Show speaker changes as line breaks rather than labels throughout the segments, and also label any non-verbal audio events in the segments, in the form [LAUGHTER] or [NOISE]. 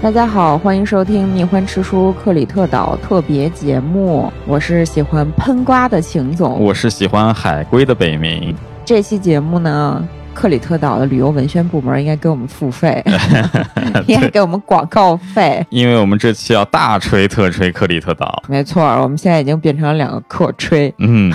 大家好，欢迎收听《蜜獾吃书》克里特岛特别节目，我是喜欢喷瓜的秦总。
我是喜欢海龟的北冥，
这期节目呢，克里特岛的旅游文宣部门应该给我们付费， [LAUGHS] 应该给我们广告费。
因为我们这期要大吹特吹克里特岛。
没错，我们现在已经变成了两个客吹， [LAUGHS]
嗯，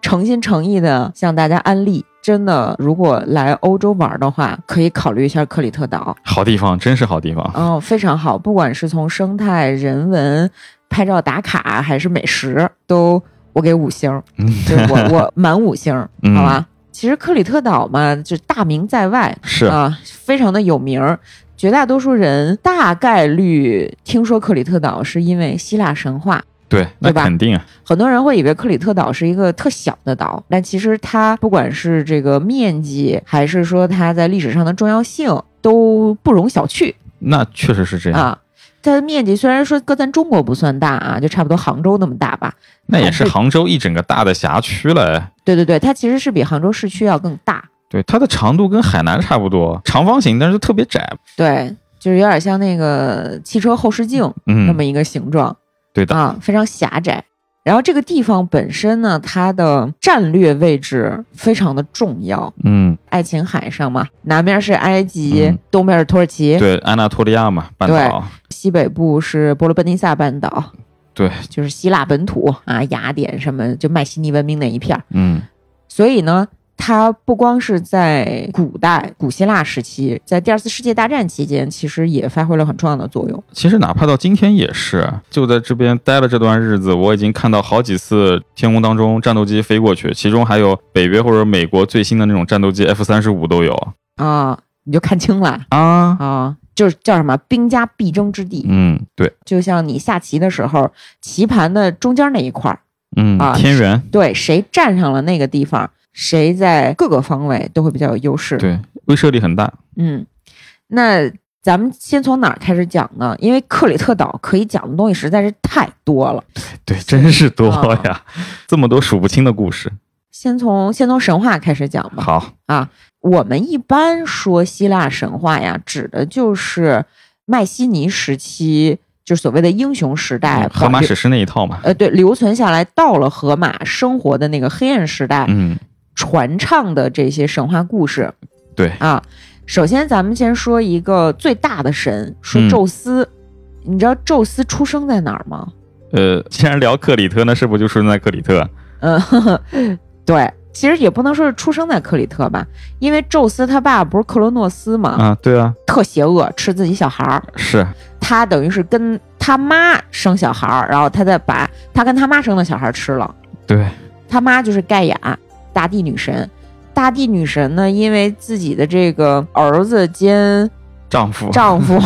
诚心诚意的向大家安利。真的，如果来欧洲玩的话，可以考虑一下克里特岛。
好地方，真是好地方。
嗯，非常好，不管是从生态、人文、拍照打卡，还是美食，都我给五星儿，就是
[LAUGHS]
我我满五星儿，
嗯
好啊吧？其实克里特岛嘛，就大名在外
是，
啊，非常的有名儿。绝大多数人大概率听说克里特岛是因为希腊神话，
对，那
对吧
肯定啊。
很多人会以为克里特岛是一个特小的岛，但其实它不管是这个面积，还是说它在历史上的重要性，都不容小觑
那确实是这样。
啊。它的面积虽然说搁咱中国不算大啊，就差不多杭州那么大吧。
那也是
对
杭州一整个大的辖区了。哎
对对对，它其实是比杭州市区要更大。
对，它的长度跟海南差不多，长方形，但是特别窄。
对，就是有点像那个汽车后视镜那
嗯，
么一个形状、
对的。
啊，非常狭窄。然后这个地方本身呢，它的战略位置非常的重要，
嗯，
爱琴海上嘛，南边是埃及，
嗯
东边是土耳其，
对，安纳托利亚嘛，半岛。
西北部是波罗奔尼撒半岛，
对，
就是希腊本土啊，雅典什么就迈锡尼文明那一片儿。
嗯，
所以呢，它不光是在古代古希腊时期，在第二次世界大战期间，其实也发挥了很重要的作用。
其实哪怕到今天也是，就在这边待了这段日子，我已经看到好几次天空当中战斗机飞过去，其中还有北约或者美国最新的那种战斗机 F 三十五都有
啊，你就看清了
啊。
啊，就是叫什么兵家必争之地，
嗯，对，
就像你下棋的时候，棋盘的中间那一块儿，
嗯，
啊
天元，
对，谁站上了那个地方，谁在各个方位都会比较有优势。
对，威慑力很大。
嗯，那咱们先从哪儿开始讲呢？因为克里特岛可以讲的东西实在是太多了，
对，真是多呀，啊这么多数不清的故事。
先从先从神话开始讲吧。
好，
我们一般说希腊神话呀，指的就是迈锡尼时期，就所谓的英雄时代，
嗯荷马
保留
史诗那一套嘛。
呃，对，留存下来到了荷马生活的那个黑暗时代，
嗯，
传唱的这些神话故事
对，
啊。首先，咱们先说一个最大的神，说
嗯
宙斯。你知道宙斯出生在哪儿吗？
呃，既然聊克里特，那是不是就出生在克里特？
嗯， [LAUGHS] 呵呵对，其实也不能说是出生在克里特吧，因为宙斯他爸不是克罗诺斯嘛，
啊，对啊，
特邪恶，吃自己小孩儿。
是，
他等于是跟他妈生小孩儿，然后他再把他跟他妈生的小孩儿吃了。
对，
他妈就是盖亚，大地女神。大地女神呢，因为自己的这个儿子兼
丈夫，
丈夫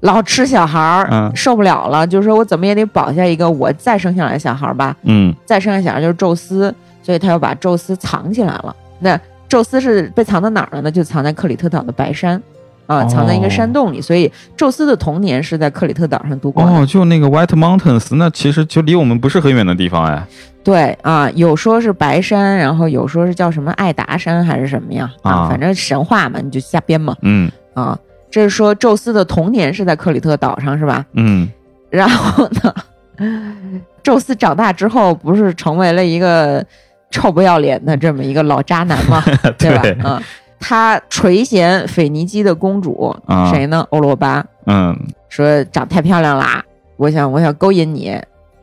老吃小孩儿，
嗯
受不了了，就说我怎么也得保下一个我再生下来的小孩儿吧。
嗯，
再生下小孩就是宙斯，所以他又把宙斯藏起来了。那宙斯是被藏在哪儿了呢？就藏在克里特岛的白山。啊，
哦
藏在一个山洞里，所以宙斯的童年是在克里特岛上度过的。
哦，就那个 White Mountains，那其实就离我们不是很远的地方哎。
对啊，有说是白山，然后有说是叫什么爱达山还是什么呀？
啊
反正神话嘛，你就瞎编嘛
嗯
啊。这是说宙斯的童年是在克里特岛上是吧？
嗯，
然后呢，宙斯长大之后不是成为了一个臭不要脸的这么一个老渣男嘛， [LAUGHS] 对吧？
对
啊，他垂涎腓尼基的公主、
啊
谁呢？欧罗巴，
嗯，
说长太漂亮啦，我想我想勾引你，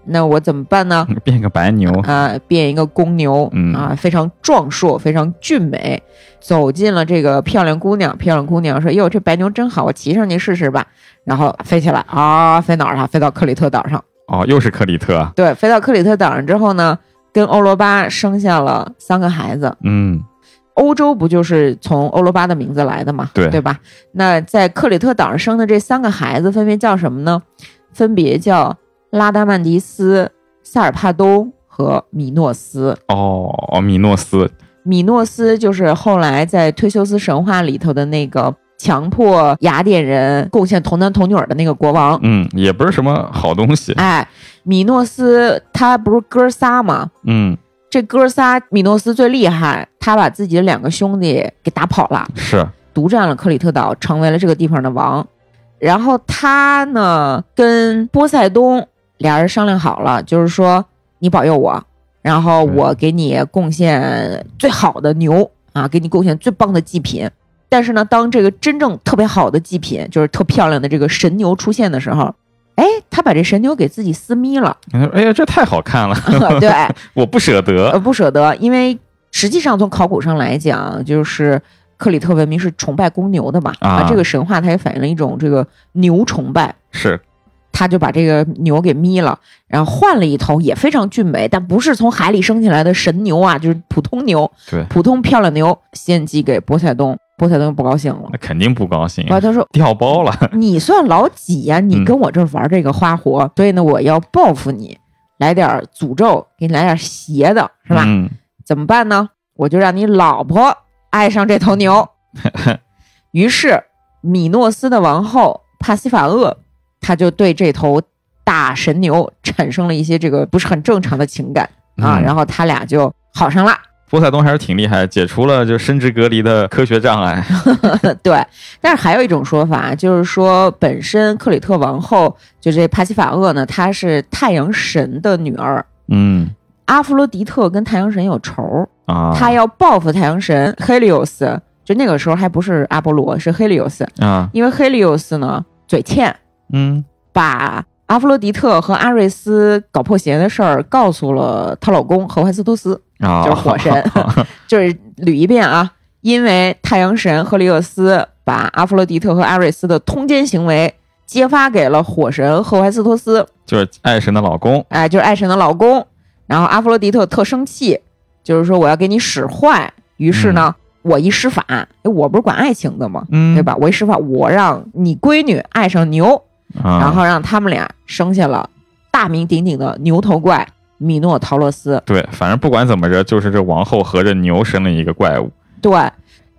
那我怎么办呢？
变个白牛，
啊，变一个公牛，
嗯
啊，非常壮硕，非常俊美，走进了这个漂亮姑娘。漂亮姑娘说：“哟，这白牛真好，我骑上去试试吧。”然后飞起来啊，飞哪儿了？飞到克里特岛上。
哦，又是克里特，
对，飞到克里特岛上之后呢，跟欧罗巴生下了三个孩子。
嗯，
欧洲不就是从欧罗巴的名字来的嘛？
对
对吧？那在克里特岛上生的这三个孩子分别叫什么呢？分别叫拉达曼迪斯、萨尔帕东和米诺斯。
哦，哦米诺斯，
米诺斯就是后来在忒修斯神话里头的那个强迫雅典人贡献童男童女的那个国王。
嗯，也不是什么好东西，
哎，米诺斯他不是哥仨吗？
嗯，
这哥仨，米诺斯最厉害，他把自己的两个兄弟给打跑了，
是，
独占了克里特岛，成为了这个地方的王。然后他呢跟波塞冬俩人商量好了，就是说你保佑我，然后我给你贡献最好的牛啊，给你贡献最棒的祭品。但是呢，当这个真正特别好的祭品，就是特漂亮的这个神牛出现的时候，哎，他把这神牛给自己撕眯了，
你说哎呀，这太好看了， [LAUGHS]
对，
我不舍
呃，
得。
不舍得，因为实际上从考古上来讲，就是克里特文明是崇拜公牛的嘛，
啊
这个神话它也反映了一种这个牛崇拜。
是，
他就把这个牛给眯了，然后换了一头也非常俊美，但不是从海里升起来的神牛啊，就是普通牛，
对
普通漂亮牛献祭给波塞冬，波塞冬不高兴了，
那肯定不高兴
然，后他
[LAUGHS]
说
掉包了。
你算老几呀、你
嗯
跟我这儿玩这个花活，所以呢，我要报复你，来点儿诅咒，给你来点儿邪的，是吧？
嗯，
怎么办呢？我就让你老婆爱上这头牛。于是，米诺斯的王后帕西法厄，她就对这头大神牛产生了一些这个不是很正常的情感啊，
嗯
然后他俩就好上了。
波塞冬还是挺厉害，解除了就生殖隔离的科学障碍。
对，但是还有一种说法，啊就是说本身克里特王后就这帕西法厄呢，她是太阳神的女儿，
嗯
阿弗洛狄特跟太阳神有仇儿，
啊，
他要报复太阳神 Helios，就那个时候还不是阿波罗，是 Helios，
啊，
因为 Helios 呢嘴欠，
嗯
把阿弗洛狄特和阿瑞斯搞破鞋的事儿告诉了她老公荷淮斯托斯，
啊，
就是火
[LAUGHS]
神就是捋一遍啊，因为太阳神赫利俄斯把阿弗洛狄特和阿瑞斯的通奸行为揭发给了火神赫淮斯托斯，
就是爱神的老公。
哎，就是爱神的老公。然后阿弗洛狄特特生气，就是说我要给你使坏。于是呢，我一施法，哎我不是管爱情的吗？
嗯，
对？吧？我一施法，我让你闺女爱上牛，
啊、
然后让他们俩生下了大名鼎鼎的牛头怪米诺陶洛斯。
对，反正不管怎么着，就是这王后合着牛生了一个怪物。
对，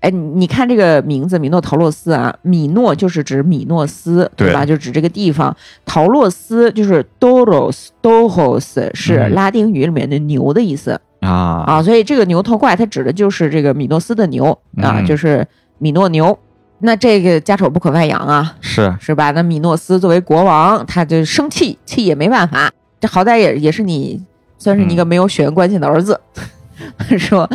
哎，你你看这个名字米诺陶洛斯啊，米诺就是指米诺斯，对
对
吧？就指这个地方。陶洛斯就是 Doros Dohos，是
嗯
拉丁语里面的牛的意思。
啊，
啊，所以这个牛头怪它指的就是这个米诺斯的牛啊，
嗯
就是米诺牛。那这个家丑不可外扬啊，
是，
是吧？那米诺斯作为国王，他就生气，气也没办法，这好歹也也是你，算是你一个没有血缘关系的儿子， [LAUGHS] 说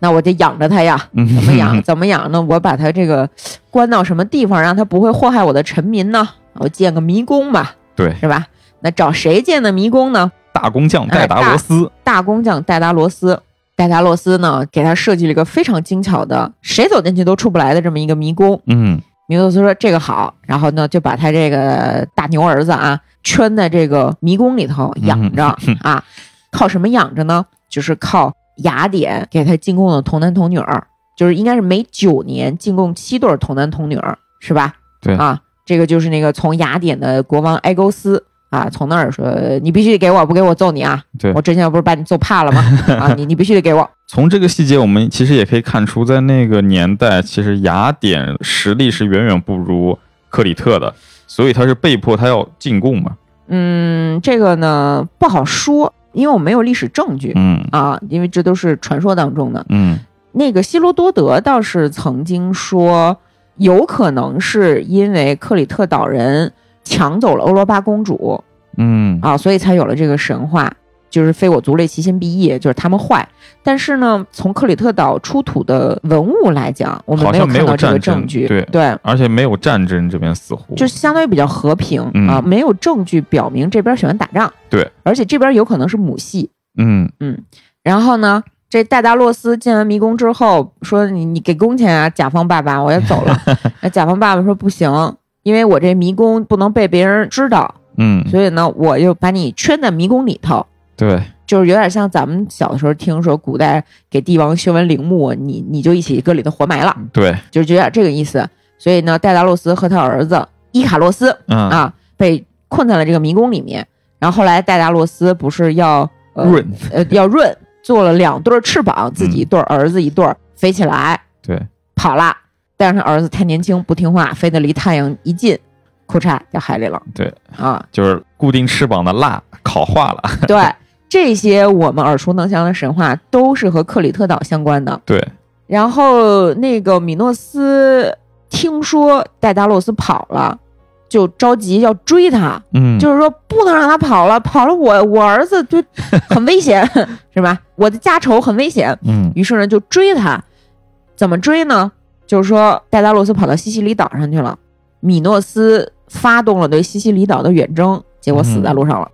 那我得养着他呀。
嗯，
怎么养？怎么养呢？我把他这个关到什么地方，让他不会祸害我的臣民呢？我建个迷宫吧，
对，
是吧？那找谁建的迷宫呢？
[LAUGHS] 大工匠
哎
戴达
大
罗斯，
大工匠戴达罗斯。戴达罗斯呢，给他设计了一个非常精巧的，谁走进去都出不来的这么一个迷宫。
嗯，
米诺斯说这个好，然后呢就把他这个大牛儿子啊圈在这个迷宫里头
嗯
养着、啊，靠什么养着呢？就是靠雅典给他进贡的童男童女儿，就是应该是每九年进贡七对儿童男童女儿，是吧？
对
啊，这个就是那个从雅典的国王埃勾斯啊，从那儿说你必须得给我，不给我揍你啊！
对
我之前不是把你揍怕
[LAUGHS]
了吗？啊，你你必须得给我。
从这个细节，我们其实也可以看出，在那个年代，其实雅典实力是远远不如克里特的，所以他是被迫他要进贡嘛。
嗯，这个呢不好说，因为我没有历史证据。
嗯
啊，因为这都是传说当中的。
嗯
那个希罗多德倒是曾经说，有可能是因为克里特岛人抢走了欧罗巴公主
嗯
啊，所以才有了这个神话，就是非我族类，其心必异，就是他们坏。但是呢，从克里特岛出土的文物来讲，我们
好
没有
像
看
没
到
有
这个
战争
证据，
对而且没有战争这边似乎
就相当于比较和平、
嗯
啊，没有证据表明这边喜欢打仗，
对，
而且这边有可能是母系，
嗯
然后呢，这戴达洛斯进完迷宫之后说你：“你给工钱啊，甲方爸爸，我要走
[LAUGHS]
了。”那甲方爸爸说：“不行，因为我这迷宫不能被别人知道，
嗯
所以呢，我就把你圈在迷宫里头。”
对
就是有点像咱们小的时候听说古代给帝王修完陵墓，你你就一起搁里头活埋了，
对
就是有点这个意思。所以呢，戴达洛斯和他儿子伊卡洛斯
嗯
啊被困在了这个迷宫里面。然后后来戴达洛斯不是要、呃、
润
呃，要润，做了两对儿翅膀，自己一对儿，儿子一对儿，飞起来
对
跑了。但是他儿子太年轻，不听话，飞得离太阳一近，裤衩掉海里了。
对
啊，
就是固定翅膀的蜡烤化了，
对，这些我们耳熟能详的神话都是和克里特岛相关的。
对，
然后那个米诺斯听说戴达洛斯跑了，就着急要追他，
嗯，
就是说不能让他跑了，跑了我我儿子就很危险， [LAUGHS] 是吧？我的家仇很危险。
嗯
于是呢就追他，怎么追呢？就是说戴达洛斯跑到西西里岛上去了，米诺斯发动了对西西里岛的远征，结果死在路上了。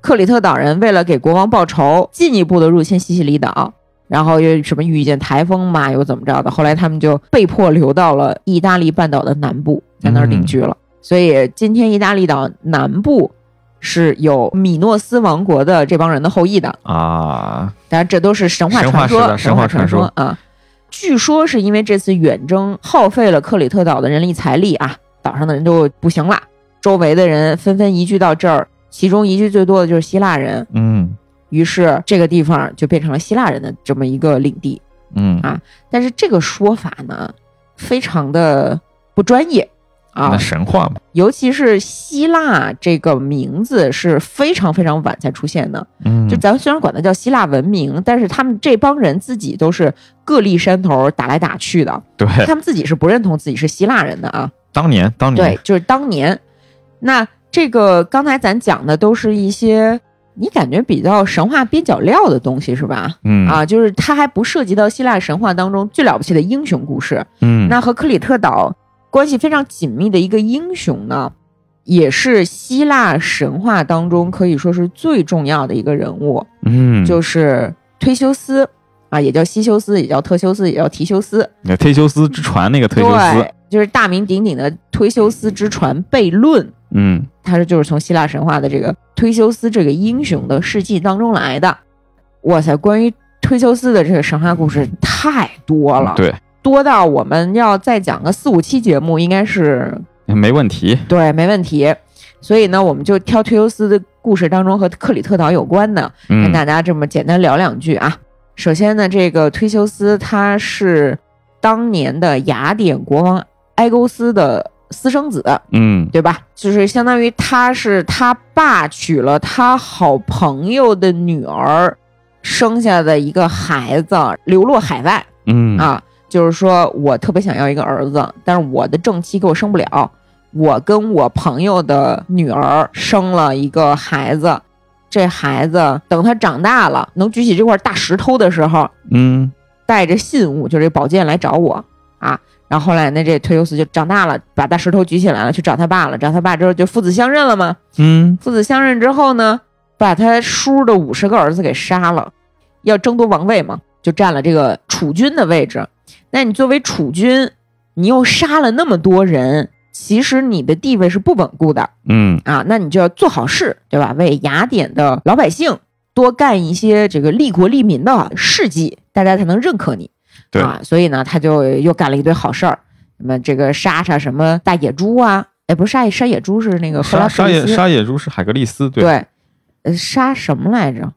克里特岛人为了给国王报仇，进一步的入侵西西里岛，然后又什么遇见台风嘛，又怎么着的，后来他们就被迫流到了意大利半岛的南部，在那儿定居了。所以今天意大利岛南部是有米诺斯王国的这帮人的后裔的，
啊，
当然这都是神话
神话
传
时
说，
代神
话
话传
说啊。据说是因为这次远征耗费了克里特岛的人力财力啊，岛上的人都不行了，周围的人纷纷移居到这儿，其中移居最多的就是希腊人，
嗯
于是这个地方就变成了希腊人的这么一个领地。
嗯
啊但是这个说法呢，非常的不专业啊
那，神话嘛，
尤其是希腊这个名字是非常非常晚才出现的，
嗯，
就咱虽然管它叫希腊文明，但是他们这帮人自己都是各立山头打来打去的，
[LAUGHS] 对，嗯
他们自己是不认同自己是希腊人的啊。
当年当年
对，就是当年，那这个刚才咱讲的都是一些你感觉比较神话边角料的东西是吧？
嗯
啊，就是它还不涉及到希腊神话当中最了不起的英雄故事。
嗯，
那和克里特岛关系非常紧密的一个英雄呢，也是希腊神话当中可以说是最重要的一个人物。
嗯
就是忒修斯啊，也叫西修斯，也叫特修斯，也叫提修斯。
那忒修斯之船那个忒修斯
对，，就是大名鼎鼎的忒修斯之船悖论，
嗯
它是就是从希腊神话的这个忒修斯这个英雄的事迹当中来的。哇塞，关于忒修斯的这个神话故事太多了，
对，
多到我们要再讲个四五期节目，应该是
没问题，
对没问题。所以呢，我们就挑忒修斯的故事当中和克里特岛有关的，跟
嗯
大家这么简单聊两句啊。首先呢，这个忒修斯他是当年的雅典国王埃勾斯的私生子，
嗯
对吧？就是相当于他是他爸娶了他好朋友的女儿生下的一个孩子，流落海外
嗯
啊。就是说我特别想要一个儿子，但是我的正妻给我生不了，我跟我朋友的女儿生了一个孩子。这孩子等他长大了，能举起这块大石头的时候，
嗯
带着信物，就是这宝剑来找我啊。然后后来呢，这忒修斯就长大了，把大石头举起来了，去找他爸了。找他爸之后就父子相认了嘛。
嗯
父子相认之后呢，把他叔的五十个儿子给杀了，要争夺王位嘛，就占了这个储君的位置。那你作为储君，你又杀了那么多人，其实你的地位是不稳固的
嗯
啊。那你就要做好事，对吧？为雅典的老百姓多干一些这个利国利民的事迹，大家才能认可你。
对
啊，所以呢，他就又干了一堆好事儿，什么这个杀杀什么大野猪啊，哎，不是杀杀野猪是那个赫拉
沙
克
沙
利
野
斯。
沙野猪是海格力斯，对，
对，呃，杀什么来着？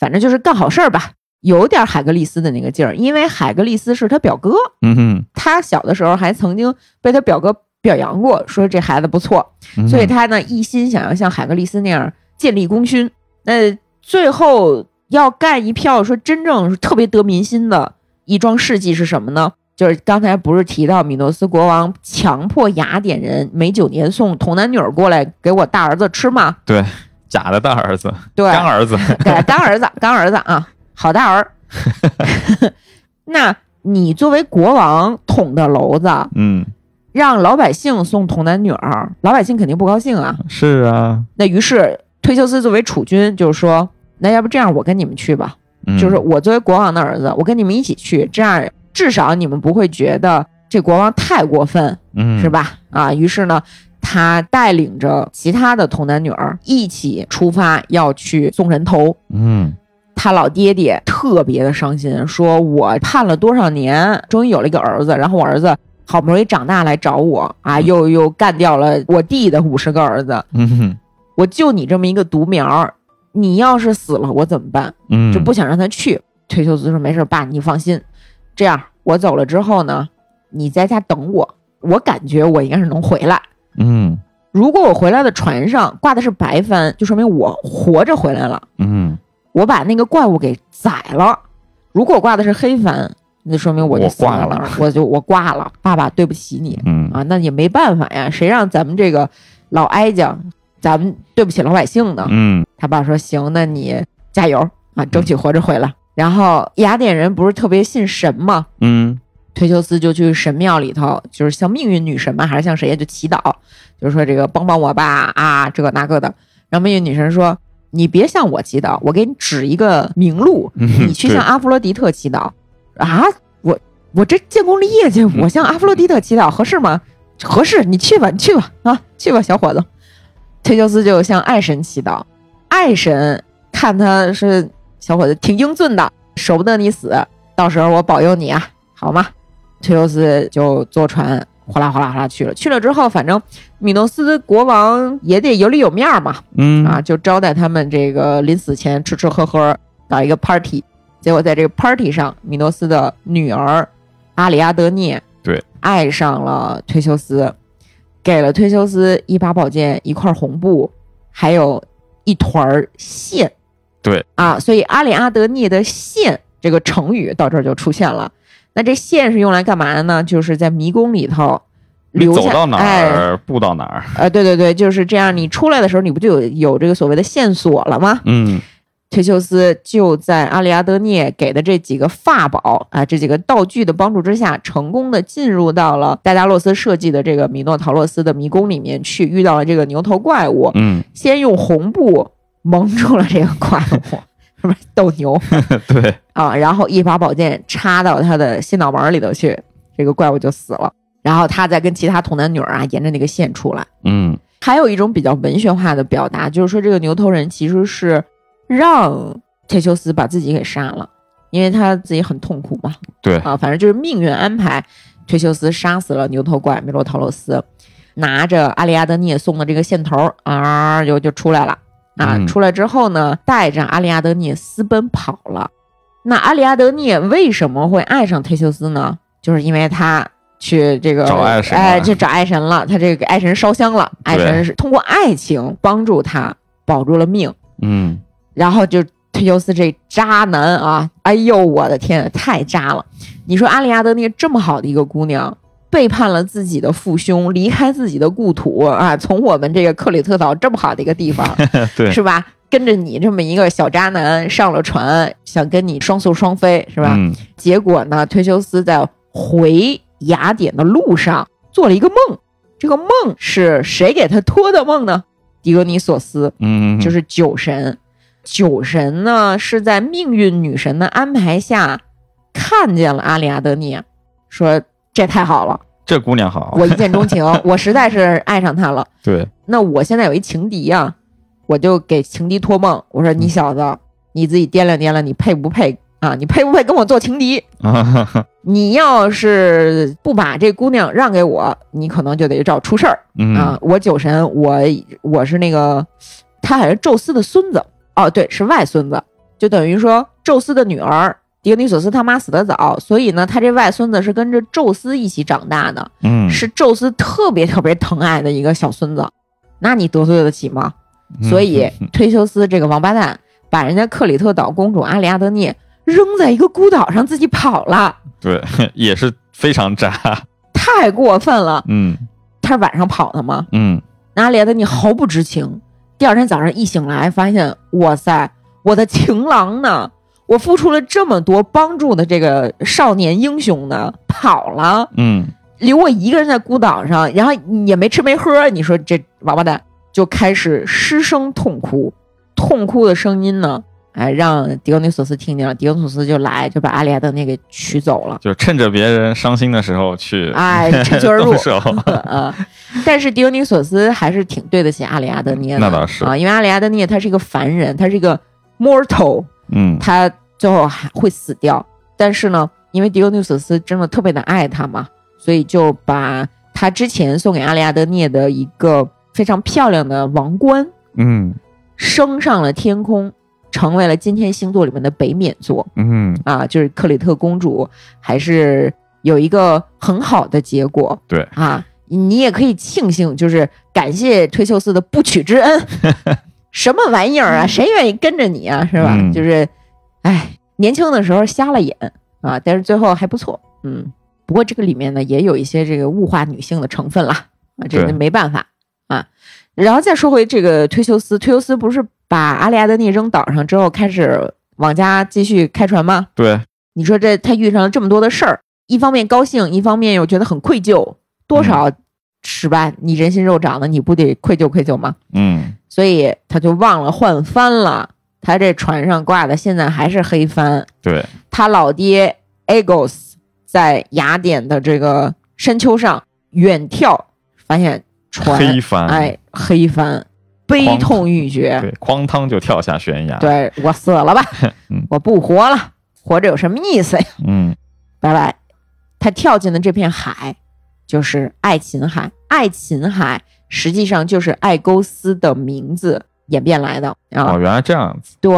反正就是干好事儿吧，有点海格力斯的那个劲儿。因为海格力斯是他表哥，
嗯
他小的时候还曾经被他表哥表扬过，说这孩子不错，
嗯哼，
所以他呢一心想要像海格力斯那样建立功勋。那最后要干一票说真正是特别得民心的一桩事迹是什么呢？就是刚才不是提到米诺斯国王强迫雅典人每九年送童男女儿过来给我大儿子吃吗？
假的大儿子，
对，
干儿
[LAUGHS]
子， [LAUGHS]
对，干儿子，干儿子啊，好大儿。那你作为国王捅的娄子，
嗯，
让老百姓送童男女儿，老百姓肯定不高兴啊。
是啊，
那于是忒修斯作为储君，就是说，那要不这样，我跟你们去吧，
嗯
就是我作为国王的儿子，我跟你们一起去，这样至少你们不会觉得这国王太过分，
嗯
是？吧？啊，于是呢。他带领着其他的童男女儿一起出发，要去送人头。
嗯
他老爹爹特别的伤心，说我盼了多少年，终于有了一个儿子，然后我儿子好不容易长大来找我啊，又又干掉了我弟的五十个儿子，
嗯哼
我就你这么一个独苗儿，你要是死了我怎么办？
嗯，
就不想让他去。退休子说没事，爸你放心，这样我走了之后呢，你在家等我，我感觉我应该是能回来。
嗯
如果我回来的船上挂的是白帆，就说明我活着回来了。
嗯，
我把那个怪物给宰了。如果挂的是黑帆，那说明我就
我
死在
挂
那
了
儿，我就我挂了。爸爸，对不起你
嗯
啊，那也没办法呀，谁让咱们这个老哀讲咱们对不起老百姓呢。
嗯
他爸说：“行，那你加油啊，争取活着回来。然后雅典人不是特别信神吗？
嗯
忒修斯就去神庙里头，就是向命运女神嘛，还是向谁呀？就祈祷，就是说这个帮帮我吧啊，这个那个的。然后命运女神说：‘你别向我祈祷，我给你指一个明路，
嗯，
你去向阿弗洛狄特祈祷。’啊，我我这建功立业去，我向阿弗洛狄特祈祷合适吗？合适，你去吧，你去吧啊，去吧，小伙子。忒修斯就向爱神祈祷，爱神看他是小伙子挺英俊的，舍不得你死，到时候我保佑你啊，好吗？忒修斯就坐船哗啦哗啦哗啦去了，去了之后，反正米诺斯国王也得有里有面儿嘛，
对嗯
啊，就招待他们这个临死前吃吃喝喝，搞一个 party。结果在这个 party 上，米诺斯的女儿阿里阿德涅
对
爱上了忒修斯，给了忒修斯一把宝剑、一块红布，还有一团儿线。
对
啊，所以阿里阿德涅的线这个成语到这儿就出现了。那这线是用来干嘛的呢？就是在迷宫里头
你
留下，
走到哪
哎，
儿步到哪儿，
呃，对对对，就是这样。你出来的时候，你不就有有这个所谓的线索了吗？
嗯
忒修斯就在阿里阿德涅给的这几个法宝啊，这几个道具的帮助之下，成功的进入到了戴达洛斯设计的这个米诺陶洛斯的迷宫里面去，遇到了这个牛头怪物，
嗯，
先用红布蒙住了这个怪物， [LAUGHS] 是不是斗牛
对，
啊？然后一把宝剑插到他的心脑门里头去，这个怪物就死了。然后他再跟其他童男女儿啊，沿着那个线出来。
嗯
还有一种比较文学化的表达，就是说这个牛头人其实是让忒修斯把自己给杀了，因为他自己很痛苦嘛。
对
啊，反正就是命运安排，忒修斯杀死了牛头怪米洛陶洛斯，拿着阿里阿德涅送的这个线头啊，就就出来了。啊，
嗯
出来之后呢，带着阿里阿德涅私奔跑了。那阿里阿德涅为什么会爱上忒修斯呢？就是因为他去这个
找爱神了
哎，去找爱神了，他这个给爱神烧香了，爱神是通过爱情帮助他保住了命，
嗯
然后就忒修斯这渣男啊，哎呦我的天，太渣了！你说阿里阿德涅这么好的一个姑娘，背叛了自己的父兄，离开自己的故土
[LAUGHS]
啊，从我们这个克里特岛这么好的一个地方，
对，
是吧？跟着你这么一个小渣男上了船，想跟你双宿双飞，是吧？
嗯
结果呢，忒修斯在回雅典的路上做了一个梦，这个梦是谁给他托的梦呢？狄俄尼索斯，
嗯，
就是是酒神。酒神呢是在命运女神的安排下，看见了阿里阿德涅，说这太好了，
这姑娘好，
我一见钟情，我实在是爱上他了。
对，
那我现在有一情敌呀、我就给情敌托梦，我说你小子，你自己掂量掂量，你配不配啊？你配不配跟我做情敌？
嗯
啊你要是不把这姑娘让给我，你可能就得找出事儿啊
嗯！
我酒神，我我是那个，他好像是宙斯的孙子哦，对，是外孙子，就等于说宙斯的女儿狄俄尼索斯他妈死得早，所以呢，他这外孙子是跟着宙斯一起长大的，
嗯，
是宙斯特别特别疼爱的一个小孙子，那你得罪得起吗？
嗯
所以忒修斯这个王八蛋把人家克里特岛公主阿里阿德涅扔在一个孤岛上，自己跑了。
对也是非常渣，
太过分了！
嗯
他是晚上跑的吗？
嗯
阿里阿德涅毫不知情。第二天早上一醒来，发现哇塞，我的情郎呢？我付出了这么多帮助的这个少年英雄呢，跑了，
嗯
留我一个人在孤岛上，然后也没吃没喝。啊你说这王八蛋就开始失声痛哭，痛哭的声音呢，哎，让狄俄尼索斯听见了，狄俄尼索斯就来，就把阿里阿德涅给娶走了。
就趁着别人伤心的时候去
哎，趁
[LAUGHS]
虚而入
动，手，
呃，但是狄俄尼索斯还是挺对得起阿里阿德涅的，
那倒是
啊，因为阿里阿德涅他是一个凡人，他是一个 mortal，
嗯
他最后还会死掉。但是呢，因为狄俄尼索斯真的特别的爱他嘛，所以就把他之前送给阿里阿德涅的一个非常漂亮的王冠
嗯
升上了天空，成为了今天星座里面的北冕座。
嗯，
啊，就是克里特公主还是有一个很好的结果。
对
啊，你也可以庆幸，就是感谢忒修斯的不娶之
[LAUGHS]
恩。什么玩意儿啊？谁愿意跟着你啊？是吧？
嗯
就是，哎，年轻的时候瞎了眼啊，但是最后还不错。嗯，不过这个里面呢，也有一些这个物化女性的成分啦。啊，这
对
没办法啊。然后再说回这个忒修斯，忒修斯不是把阿里亚德尼扔岛上之后，开始往家继续开船吗？
对，
你说这他遇上了这么多的事儿，一方面高兴，一方面又觉得很愧疚，
嗯
多少是吧？你人心肉长的，你不得愧疚愧疚吗？
嗯，
所以他就忘了换帆了。他这船上挂的现在还是黑帆。
对，
他老爹 Agos 在雅典的这个山丘上远眺，发现船
黑帆，
哎黑帆，悲痛欲绝。
对，哐当就跳下悬崖。，，
对我死了吧
[LAUGHS] 嗯
我不活了，活着有什么意思呀？
嗯，
拜拜。他跳进了这片海，就是爱琴海。爱琴海实际上就是爱勾斯的名字演变来的啊。
哦，原来这样子。
对，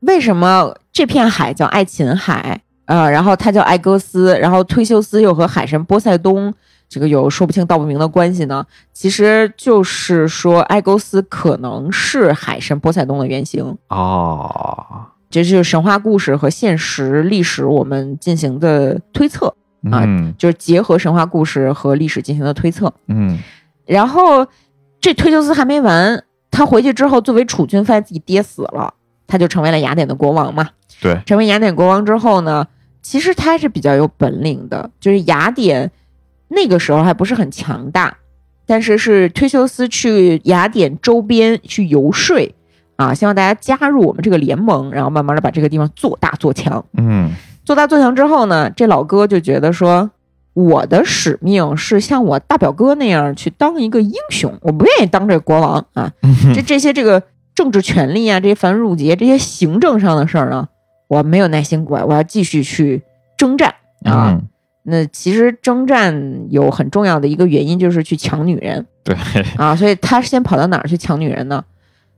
为什么这片海叫爱琴海？呃，然后它叫爱戈斯，然后忒修斯又和海神波塞冬这个有说不清道不明的关系呢？其实就是说，爱勾斯可能是海神波塞冬的原型。
哦，
这就是神话故事和现实历史我们进行的推测，啊
嗯
就是结合神话故事和历史进行的推测。
嗯，
然后这忒修斯还没完，他回去之后，作为储君，发现自己爹死了，他就成为了雅典的国王嘛。
对，
成为雅典国王之后呢，其实他是比较有本领的，就是雅典那个时候还不是很强大，但是是忒修斯去雅典周边去游说啊，希望大家加入我们这个联盟，然后慢慢的把这个地方做大做强。
嗯
做大做强之后呢，这老哥就觉得说，我的使命是像我大表哥那样去当一个英雄，我不愿意当这个国王啊。这这些这个政治权利啊，这些繁文缛节，这些行政上的事儿呢，我没有耐心管，我要继续去征战啊。
嗯，
那其实征战有很重要的一个原因就是去抢女人
对， [LAUGHS]
啊，所以他先跑到哪儿去抢女人呢？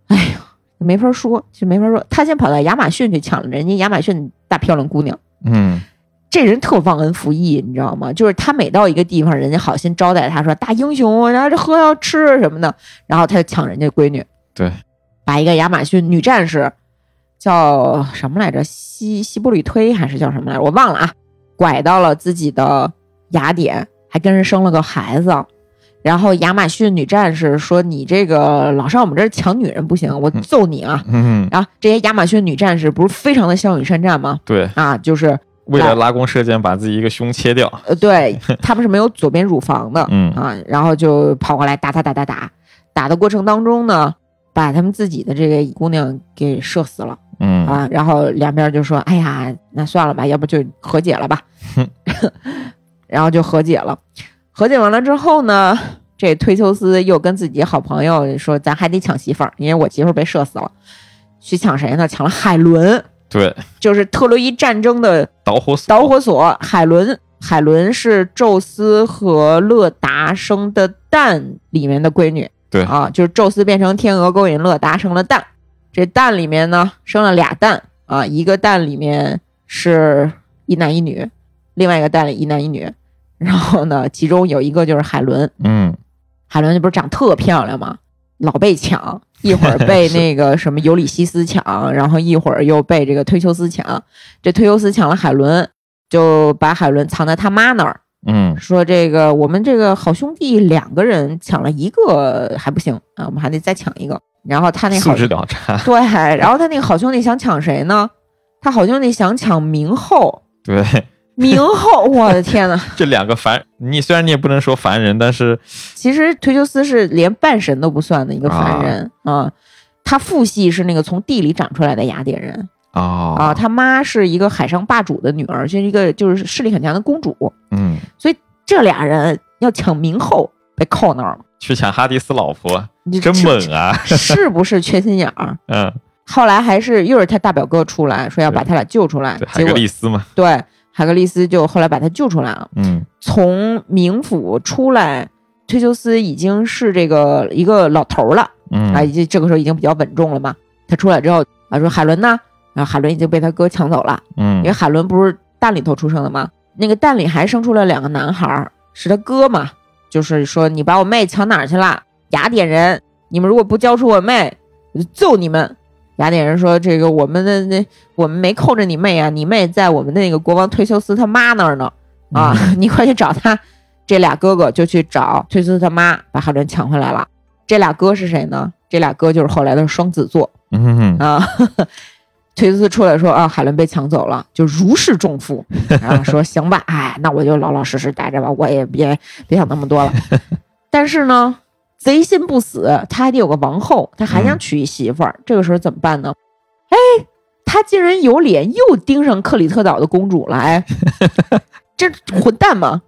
哎呀，没法说，就没法说。他先跑到亚马逊去抢了人家亚马逊大漂亮姑娘。
嗯
这人特忘恩负义，你知道吗？就是他每到一个地方，人家好心招待他说大英雄，然后这喝要吃什么的，然后他就抢人家闺女，
对，
把一个亚马逊女战士叫什么来着？西西伯里推还是叫什么来着？我忘了啊，拐到了自己的雅典，还跟人生了个孩子。然后亚马逊女战士说：“你这个老上我们这儿抢女人不行，我揍你啊！”
嗯，
然后这些亚马逊女战士不是非常的骁勇善战吗？
对，
啊，就是
为了拉弓射箭，把自己一个胸切掉。
呃，对他们是没有左边乳房的，
嗯
啊，然后就跑过来打打打打打，打的过程当中呢，把他们自己的这个姑娘给射死了
嗯
啊，然后两边就说，哎呀，那算了吧，要不就和解了吧， [LAUGHS] 然后就和解了，和解完了之后呢，这忒修斯又跟自己好朋友说，咱还得抢媳妇儿，因为我媳妇儿被射死了，去抢谁呢？抢了海伦，
对，
就是特洛伊战争的
导火索，
导火索海伦，海伦是宙斯和勒达生的蛋里面的闺女。
对
啊，就是宙斯变成天鹅勾引勒达生了蛋，这蛋里面呢生了俩蛋啊，一个蛋里面是一男一女，另外一个蛋里一男一女。然后呢，其中有一个就是海伦，
嗯，
海伦不是长特漂亮吗？老被抢，一会儿
[LAUGHS]
被那个什么尤里西斯抢，然后一会儿又被这个忒修斯抢。这忒修斯抢了海伦，就把海伦藏在他妈那儿，
嗯
说这个我们这个好兄弟两个人抢了一个还不行啊，我们还得再抢一个。然后他那
嗯，素
好
质了差。 [LAUGHS]
对，然后他那个好兄弟想抢谁呢？他好兄弟想抢明后，
对，
明后，我的天呐，
这两个凡，你虽然你也不能说凡人，但是
其实忒修斯是连半神都不算的一个凡人啊、他父系是那个从地里长出来的雅典人
哦
啊、他妈是一个海上霸主的女儿，就是一个就是势力很强的公主。
嗯，
这俩人要抢明后，被扣那儿了，
去抢哈迪斯老婆，
你
真
是
猛啊！
是不是缺心眼儿？
嗯，
后来还是又是他大表哥出来说要把他俩救出来
对，，海
结
格
果
力斯嘛，
对海格力斯就后来把他救出来了。
嗯
从冥府出来，忒修斯已经是这个一个老头儿了。
嗯
啊，，这这个时候已经比较稳重了嘛。他出来之后啊，说海伦呢？然后海伦已经被他哥抢走了，因为
嗯
海伦不是蛋里头出生的嘛，那个蛋里还生出了两个男孩儿，是他哥嘛。就是说你把我妹抢哪儿去了？雅典人，你们如果不交出我妹，我就揍你们。雅典人说：“这个我们的那我们没扣着你妹啊，你妹在我们那个国王忒修斯他妈那儿呢啊，你快去找他。”这俩哥哥就去找忒修斯他妈，把海伦抢回来了。这俩哥是谁呢？这俩哥就是后来的双子座
嗯哼哼，
啊。推特出来说啊，海伦被抢走了，就如释重负，然后说行吧，哎，那我就老老实实待着吧，我也别别想那么多了。 [LAUGHS] 但是呢，贼心不死，他还得有个王后，他还想娶一媳妇儿，这个时候怎么办呢？哎，他竟然有脸又盯上克里特岛的公主了，哎， [LAUGHS] 这混蛋嘛！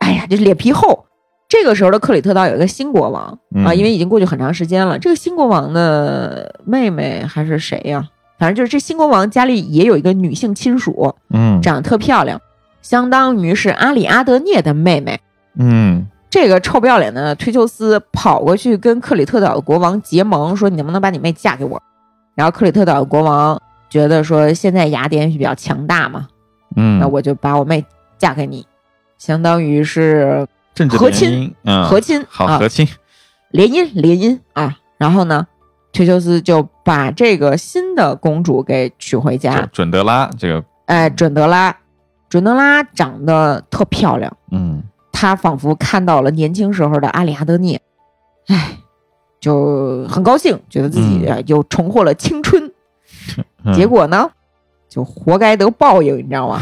哎呀，这脸皮厚。这个时候的克里特岛有一个新国王啊，
嗯
因为已经过去很长时间了。这个新国王的妹妹还是谁呀、反正就是这新国王家里也有一个女性亲属，
嗯
长得特漂亮，相当于是阿里阿德涅的妹妹。
嗯
这个臭不要脸的忒修斯跑过去跟克里特岛的国王结盟，说你能不能把你妹嫁给我？然后克里特岛的国王觉得说现在雅典比较强大嘛，
嗯，
那我就把我妹嫁给你，相当于是
政治
和
联
亲
姻，嗯，
和亲、
好
啊
和，亲，
联姻联姻啊。然后呢，忒修斯就把这个新的公主给娶回
就
家。
准德拉这个，
哎，准德拉，准德拉长得特漂亮。
嗯
他仿佛看到了年轻时候的阿里阿德涅，唉，就很高兴，觉得自己
嗯
呃又重获了青春。
嗯
结果呢，就活该得报应，你知
[LAUGHS]
道吗？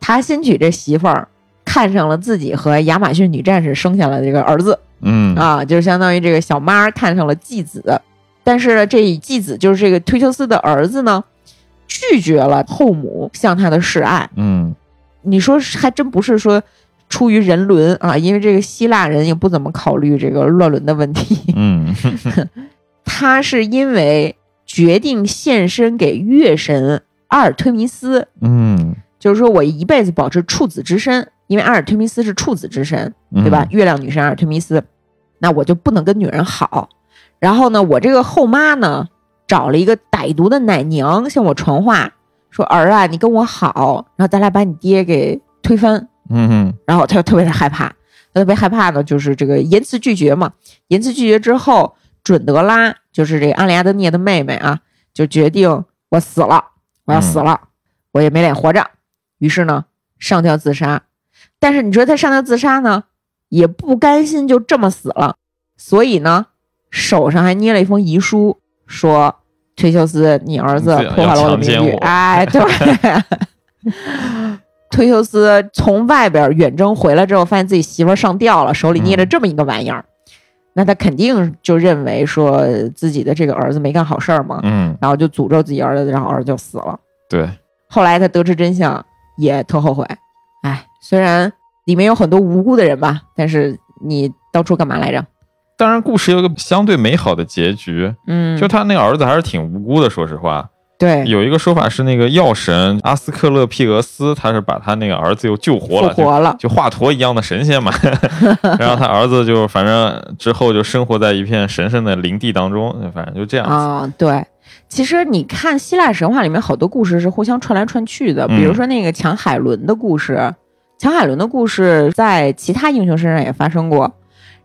他新娶这媳妇儿看上了自己和亚马逊女战士生下来的这个儿子
嗯
啊，就是相当于这个小妈儿看上了继子，但是呢，这继子就是这个忒修斯的儿子呢，拒绝了后母向他的示爱。
嗯
你说是还真不是说出于人伦啊，因为这个希腊人也不怎么考虑这个乱伦的问题， [LAUGHS]
嗯
他是因为决定献身给月神阿尔忒弥斯，
嗯，
就是说我一辈子保持处子之身，因为阿尔忒弥斯是处子之身，对
嗯
吧？月亮女神阿尔忒弥斯，那我就不能跟女人好。然后呢，我这个后妈呢，找了一个歹毒的奶娘向我传话，说儿啊，你跟我好，然后咱俩把你爹给推翻。
嗯？嗯
然后他就特别的害怕，他特别害怕呢，就是这个言辞拒绝嘛。言辞拒绝之后，准德拉就是这个安利亚德涅的妹妹啊，就决定我死了，我要死
嗯
了，我也没脸活着。于是呢，上吊自杀。但是你说他上吊自杀呢，也不甘心就这么死了，所以呢，手上还捏了一封遗书，说忒修斯，你儿子
你自己
破坏了我的
要强奸
名誉，
我
哎，对。忒修斯从外边远征回来之后，发现自己媳妇儿上吊了，手里捏着这么一个玩意儿，
嗯
那他肯定就认为说自己的这个儿子没干好事儿嘛，
嗯，
然后就诅咒自己儿子，然后儿子就死了。
对，
后来他得知真相，也特后悔。哎，虽然里面有很多无辜的人吧，但是你当初干嘛来着？
当然故事有一个相对美好的结局，
嗯，
就他那个儿子还是挺无辜的，说实话。
对，
有一个说法是，那个药神阿斯克勒庇俄斯，他是把他那个儿子又救活
复
了，就
活了。
就华佗一样的神仙嘛。然后他儿子就反正之后就生活在一片神圣的林地当中，反正就这样子。
啊、对，其实你看希腊神话里面好多故事是互相串来串去的，比如
嗯
说那个强海伦的故事，强海伦的故事在其他英雄身上也发生过。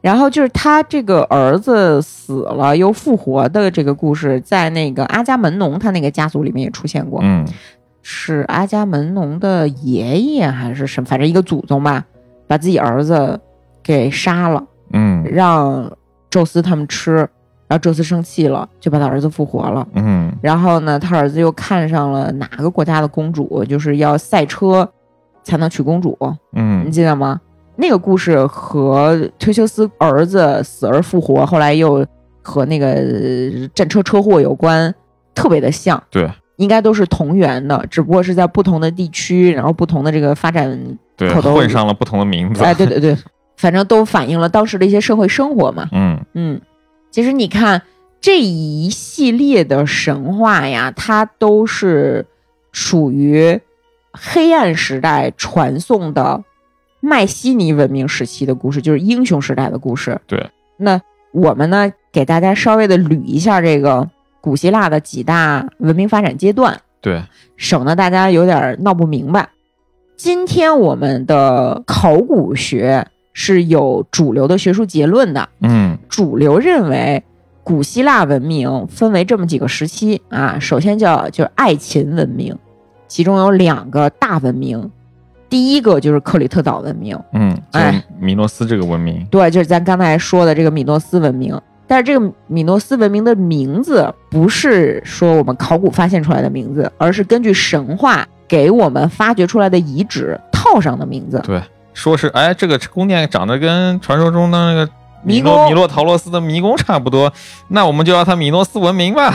然后就是他这个儿子死了又复活的这个故事，在那个阿伽门农他那个家族里面也出现过，
嗯
是阿伽门农的爷爷还是什么，反正一个祖宗吧，把自己儿子给杀了。
嗯
让宙斯他们吃，然后宙斯生气了，就把他儿子复活了。
嗯
然后呢，他儿子又看上了哪个国家的公主，就是要赛车才能娶公主，你
嗯
记得吗？那个故事和忒修斯儿子死而复活，后来又和那个呃战车车祸有关，特别的像。
对，
应该都是同源的，只不过是在不同的地区，然后不同的这个发展
对，
口头语
混上了不同的名字。
哎，对对对，反正都反映了当时的一些社会生活嘛。
嗯
嗯，其实你看这一系列的神话呀，它都是属于黑暗时代传送的迈锡尼文明时期的故事，就是英雄时代的故事。
对，
那我们呢，给大家稍微的捋一下这个古希腊的几大文明发展阶段。
对，
省得大家有点闹不明白。今天我们的考古学是有主流的学术结论的，
嗯
主流认为古希腊文明分为这么几个时期啊，首先叫就是爱琴文明，其中有两个大文明，第一个就是克里特岛文明，
嗯，就是
哎
米诺斯这个文明，
对，就是咱刚才说的这个米诺斯文明。但是这个米诺斯文明的名字不是说我们考古发现出来的名字，而是根据神话给我们发掘出来的遗址套上的名字。
[LAUGHS] 对，说是哎，这个姑娘长得跟传说中的那个米
迷
诺
宫
米洛陶洛斯的迷宫差不多，那我们就叫它米诺斯文明吧。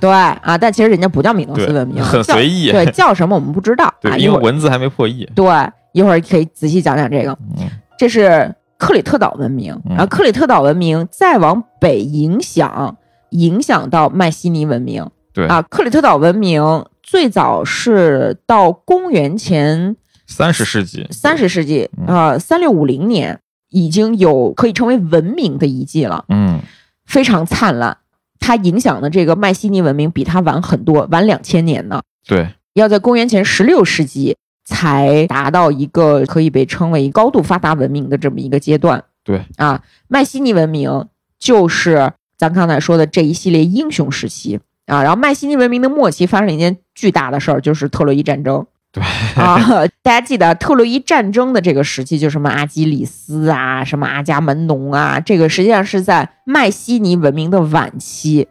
对啊，但其实人家不叫
[LAUGHS]
米诺斯
对
文，明，
很
叫
随意，
对，叫什么我们不知道
[LAUGHS] 对
啊。一
因
会
为
儿
文字还没破译。
对，一会儿可以仔细讲讲这个。
嗯
这是克里特岛文明，
嗯
然后克里特岛文明再往北影响，影响到迈锡尼文明。
对
啊，克里特岛文明最早是到公元前
三十世纪，
三十世纪
嗯
啊，三六五零年已经有可以称为文明的遗迹了，
嗯，
非常灿烂。它影响的这个迈锡尼文明比它晚很多，晚两千年呢。
对，
要在公元前十六世纪才达到一个可以被称为高度发达文明的这么一个阶段。
对
啊，迈锡尼文明就是咱刚才说的这一系列英雄时期啊。然后迈锡尼文明的末期发生了一件巨大的事儿，就是特洛伊战争。
对
啊，大家记得特洛伊战争的这个时期，就什么阿基里斯啊，什么阿伽门农啊，这个实际上是在迈锡尼文明的晚期。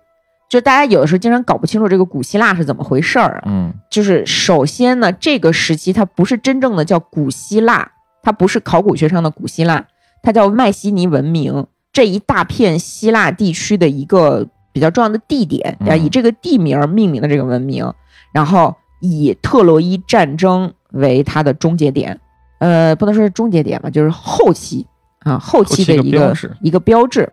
就大家有的时候经常搞不清楚这个古希腊是怎么回事儿啊
嗯
就是首先呢，这个时期它不是真正的叫古希腊，它不是考古学上的古希腊，它叫迈锡尼文明这一大片希腊地区的一个比较重要的地点，
嗯
啊，以这个地名儿命名的这个文明，然后以特洛伊战争为它的终结点，呃，不能说是终结点吧，就是后期啊，后期的
后期
一
一个标
个
志
一个标志。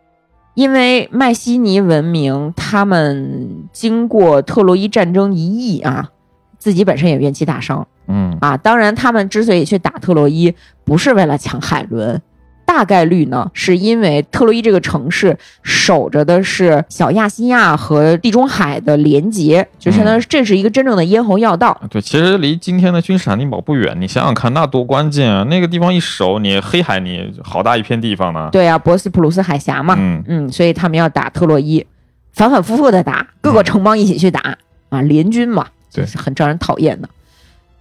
因为迈锡尼文明他们经过特洛伊战争一役啊，自己本身也元气大伤
嗯
啊。当然，他们之所以去打特洛伊，不是为了抢海伦，大概率呢是因为特洛伊这个城市守着的是小亚细亚和地中海的连接，就相当
嗯
于这是一个真正的咽喉要道。
对，其实离今天的君士坦丁堡不远，你想想看，那多关键啊！那个地方一守，你黑海你好大一片地方呢。
对啊，博斯普鲁斯海峡嘛，
嗯，
嗯，所以他们要打特洛伊，反反复复的打，各个城邦一起去打啊，联军嘛，
嗯对
是很让人讨厌的。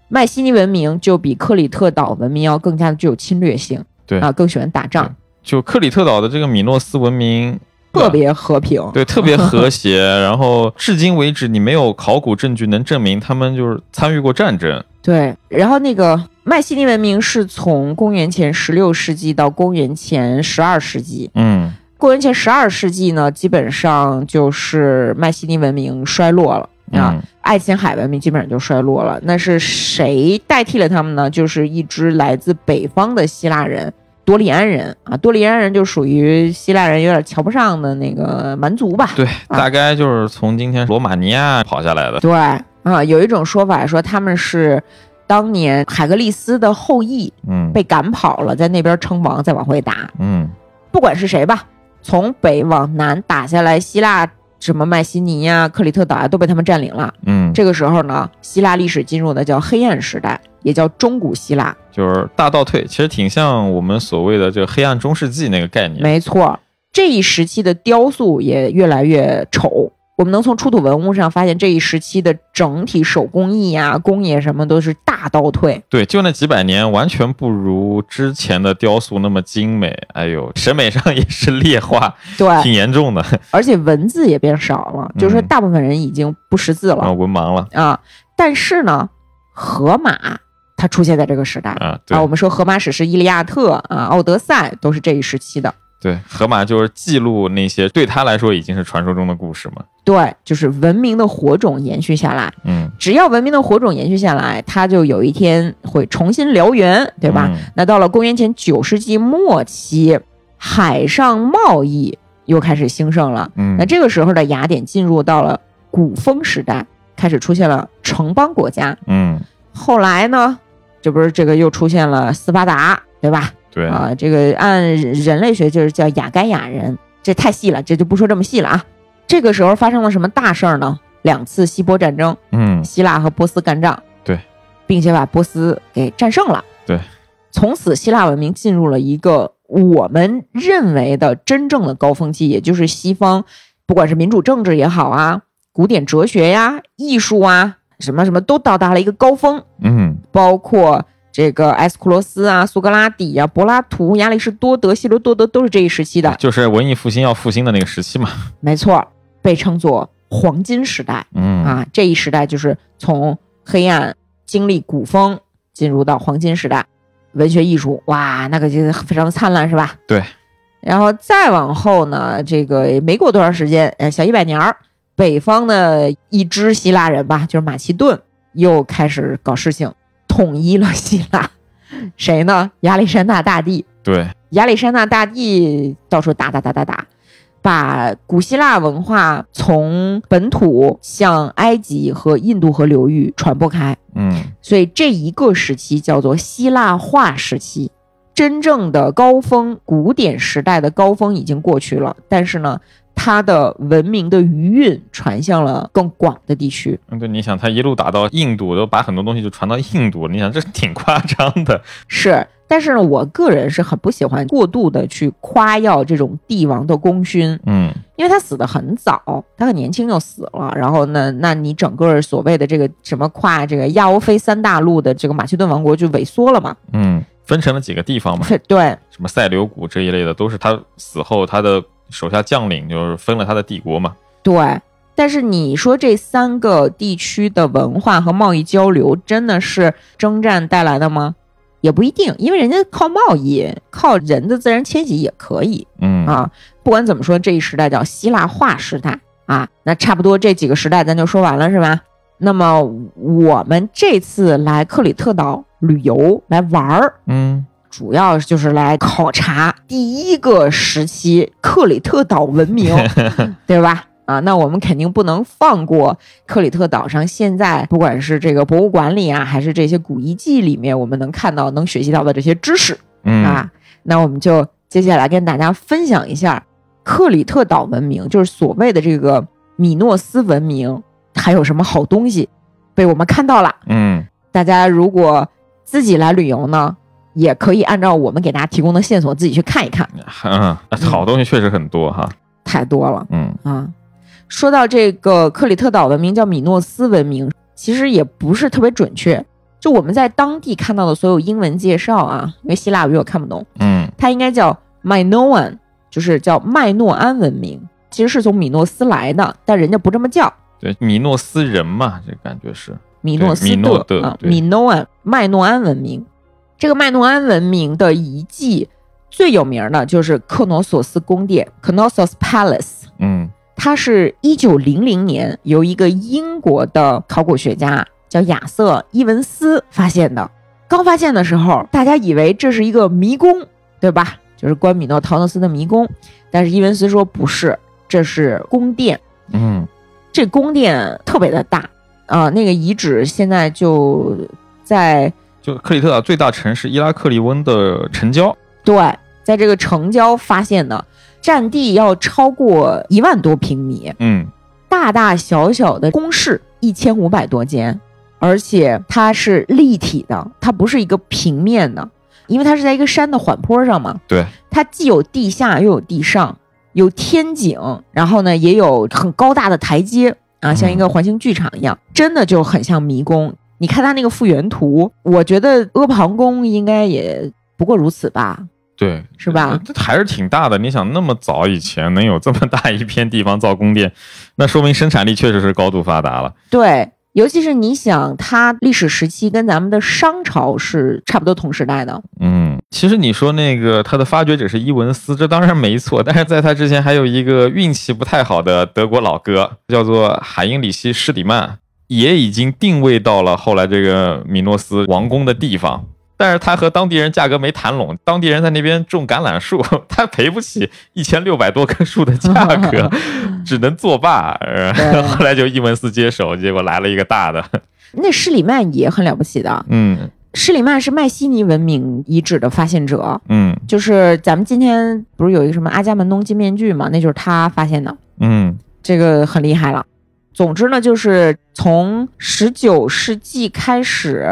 迈锡尼文明就比克里特岛文明要更加的具有侵略性，
对
啊，更喜欢打仗，
就克里特岛的这个米诺斯文明，
特别和平，
对，特别和谐。
[LAUGHS]
然后至今为止，你没有考古证据能证明他们就是参与过战争。
对，然后那个迈锡尼文明是从公元前十六世纪到公元前十二世纪，
嗯，
公元前十二世纪呢，基本上就是迈锡尼文明衰落了啊，
嗯
爱琴海文明基本上就衰落了。那是谁代替了他们呢？就是一支来自北方的希腊人，多利安人啊。多利安人就属于希腊人有点瞧不上的那个蛮族吧？
对，大概就是从今天罗马尼亚跑下来的。
对啊，有一种说法说他们是当年海格力斯的后裔，
嗯
被赶跑了，在那边称王，再往回打。
嗯，
不管是谁吧，从北往南打下来，希腊什么迈锡尼呀、克里特岛啊，都被他们占领了。
嗯，
这个时候呢，希腊历史进入的叫黑暗时代，也叫中古希腊。
就是大倒退，其实挺像我们所谓的这个黑暗中世纪那个概念。
没错，这一时期的雕塑也越来越丑。我们能从出土文物上发现，这一时期的整体手工艺呀、工业什么都是大倒退。
对，就那几百年，完全不如之前的雕塑那么精美。哎呦，审美上也是劣化，
[LAUGHS] 对，
挺严
[LAUGHS]
重的，
而且文字也变少了，就是说
嗯
大部分人已经不识字了。
啊，文盲了
啊。但是呢，荷马它出现在这个时代
啊。对
啊。我们说荷马史诗《伊利亚特》啊，《奥德赛》都是这一时期的。
对，河马就是记录那些对他来说已经是传说中的故事嘛。
对，就是文明的火种延续下来。
嗯，
只要文明的火种延续下来，它就有一天会重新燎原，对吧？
嗯
那到了公元前九世纪末期，海上贸易又开始兴盛了。
嗯，
那这个时候的雅典进入到了古风时代，开始出现了城邦国家。
嗯，
后来呢，这不是这个又出现了斯巴达，对吧？
对，
啊，这个按人类学就是叫雅该亚人，这太细了，这就不说这么细了啊。这个时候发生了什么大事儿呢？两次希波战争，
嗯，
希腊和波斯干仗，
对，
并且把波斯给战胜了，
对。
从此，希腊文明进入了一个我们认为的真正的高峰期，也就是西方，不管是民主政治也好啊，古典哲学呀、艺术啊，什么什么都到达了一个高峰。
嗯，
包括这个埃斯库罗斯啊、苏格拉底啊、柏拉图、亚里士多德、希罗多德都是这一时期的，
就是文艺复兴要复兴的那个时期嘛。
没错，被称作黄金时代
嗯，
啊。这一时代就是从黑暗经历古风，进入到黄金时代，文学艺术哇，那个就是非常的灿烂，是吧？
对。
然后再往后呢，这个没过多长时间，呃，小一百年儿，北方的一支希腊人吧，就是马其顿，又开始搞事情，统一了希腊。谁呢？亚历山大大帝。
对，
亚历山大大帝到处打打打打打，把古希腊文化从本土向埃及和印度河流域传播开，
嗯，
所以这一个时期叫做希腊化时期。真正的高峰，古典时代的高峰已经过去了，但是呢，它的文明的余韵传向了更广的地区。
嗯对，你想他一路打到印度，都把很多东西就传到印度，你想这挺夸张的。
是，但是呢，我个人是很不喜欢过度的去夸耀这种帝王的功勋，
嗯，
因为他死的很早，他很年轻就死了。然后呢，那你整个所谓的这个什么跨这个亚欧非三大陆的这个马其顿王国就萎缩了嘛？
嗯，分成了几个地方嘛，
[LAUGHS] 对，
什么塞琉古这一类的，都是他死后他的手下将领就是分了他的帝国嘛。
对，但是你说这三个地区的文化和贸易交流真的是征战带来的吗？也不一定，因为人家靠贸易、靠人的自然迁徙也可以
嗯
啊。不管怎么说，这一时代叫希腊化时代啊。那差不多这几个时代咱就说完了，是吧？那么我们这次来克里特岛旅游来玩儿，
嗯，
主要就是来考察第一个时期克里特岛文明，对吧？啊，那我们肯定不能放过克里特岛上现在不管是这个博物馆里啊，还是这些古遗迹里面，我们能看到、能学习到的这些知识
嗯，
啊。那我们就接下来跟大家分享一下克里特岛文明，就是所谓的这个米诺斯文明，还有什么好东西被我们看到了。
嗯，
大家如果自己来旅游呢，也可以按照我们给大家提供的线索自己去看一看，
嗯，好东西确实很多哈。
太多了
嗯
啊。说到这个克里特岛文明叫米诺斯文明，其实也不是特别准确。就我们在当地看到的所有英文介绍啊，因为希腊语我看不懂，
嗯
它应该叫 Minoan，就是叫麦诺安文明，其实是从米诺斯来的，但人家不这么叫。，
对，米诺斯人嘛，这感觉是，
米诺斯
对米诺
德
德
啊，
对
米诺安麦诺安文明。这个麦诺安文明的遗迹最有名的就是克诺索斯宫殿 （Knossos Palace），
嗯
它是一九零零年由一个英国的考古学家叫亚瑟·伊文斯发现的。刚发现的时候，大家以为这是一个迷宫，对吧？就是关米诺陶诺斯的迷宫，但是伊文斯说不是，这是宫殿。
嗯
这宫殿特别的大啊、那个遗址现在就在
就克里特岛最大城市伊拉克利温的城郊，
对，在这个城郊发现的，占地要超过一万多平米，
嗯
大大小小的宫室一千五百多间，而且它是立体的，它不是一个平面的，因为它是在一个山的缓坡上嘛。
对，
它既有地下又有地上，有天井，然后呢也有很高大的台阶啊，像一个环形剧场一样，真的就很像迷宫。你看它那个复原图，我觉得阿房宫应该也不过如此吧。
对，呃
是吧？
这还是挺大的。你想，那么早以前能有这么大一片地方造宫殿，那说明生产力确实是高度发达了。
对，尤其是你想，它历史时期跟咱们的商朝是差不多同时代的，
嗯，其实你说那个它的发掘者是伊文斯，这当然没错，但是在他之前还有一个运气不太好的德国老哥，叫做海因里希·施里曼，也已经定位到了后来这个米诺斯王宫的地方。但是他和当地人价格没谈拢，当地人在那边种橄榄树，他赔不起一千六百多棵树的价格， [LAUGHS] 只能作罢。呃
对
后来就伊文斯接手，结果来了一个大的，
那施里曼也很了不起的。
嗯
施里曼是迈锡尼文明遗址的发现者，
嗯
就是咱们今天不是有一个什么阿伽门农金面具嘛，那就是他发现的，
嗯
这个很厉害了。总之呢，就是从十九世纪开始，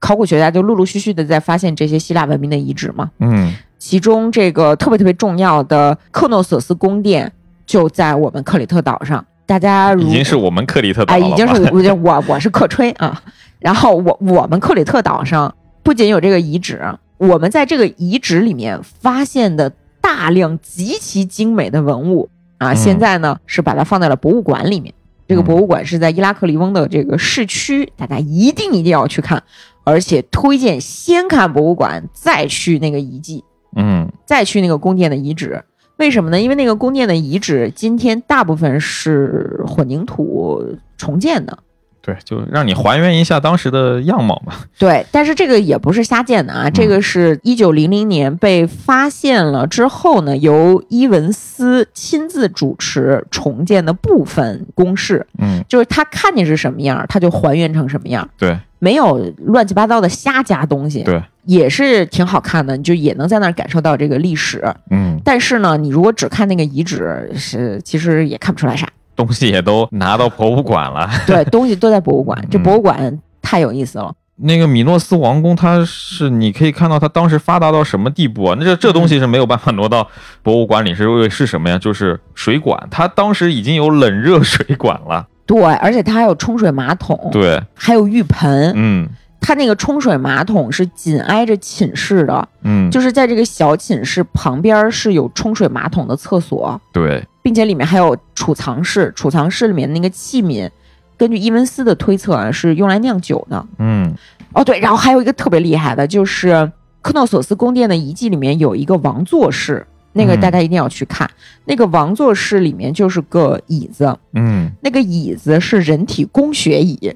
考古学家就陆陆续续的在发现这些希腊文明的遗址嘛。
嗯
其中这个特别特别重要的克诺索斯宫殿就在我们克里特岛上。大家如
已经是我们克里特岛
哎，
了吧，
啊已经是我我我我是克吹啊。然后我我们克里特岛上不仅有这个遗址，我们在这个遗址里面发现的大量极其精美的文物啊，
嗯
现在呢是把它放在了博物馆里面。这
嗯
个博物馆是在伊拉克利翁的这个市区，大家一定一定要去看，而且推荐先看博物馆，再去那个遗迹，
嗯
再去那个宫殿的遗址。为什么呢？因为那个宫殿的遗址今天大部分是混凝土重建的，
对，就让你还原一下当时的样貌嘛。
对，但是这个也不是瞎建的啊，这个是一九零零年被发现了之后呢，由伊文斯亲自主持重建的部分公示，
嗯，
就是他看见是什么样，他就还原成什么样，
对，
没有乱七八糟的瞎加东西，
对，
也是挺好看的，你就也能在那儿感受到这个历史。
嗯，
但是呢，你如果只看那个遗址，是其实也看不
[LAUGHS]
出来啥，
东西也都拿到博物馆了。
对，东西都在博物馆，这
嗯
博物馆太有意思了。
那个米诺斯王宫，它是你可以看到它当时发达到什么地步啊？那这这东西是没有办法挪到博物馆里，是因为是什么呀？就是水管，它当时已经有冷热水管了。
对，而且它还有冲水马桶，
对，
还有浴盆，
嗯
它那个冲水马桶是紧挨着寝室的，
嗯，
就是在这个小寝室旁边是有冲水马桶的厕所，
对，
并且里面还有储藏室，储藏室里面那个器皿。根据伊文斯的推测啊，是用来酿酒的。
嗯
哦，对，然后还有一个特别厉害的，就是科诺索斯宫殿的遗迹里面有一个王座室，那个
嗯
大家一定要去看。那个王座室里面就是个椅子，
嗯，
那个椅子是人体工学
[LAUGHS]
椅，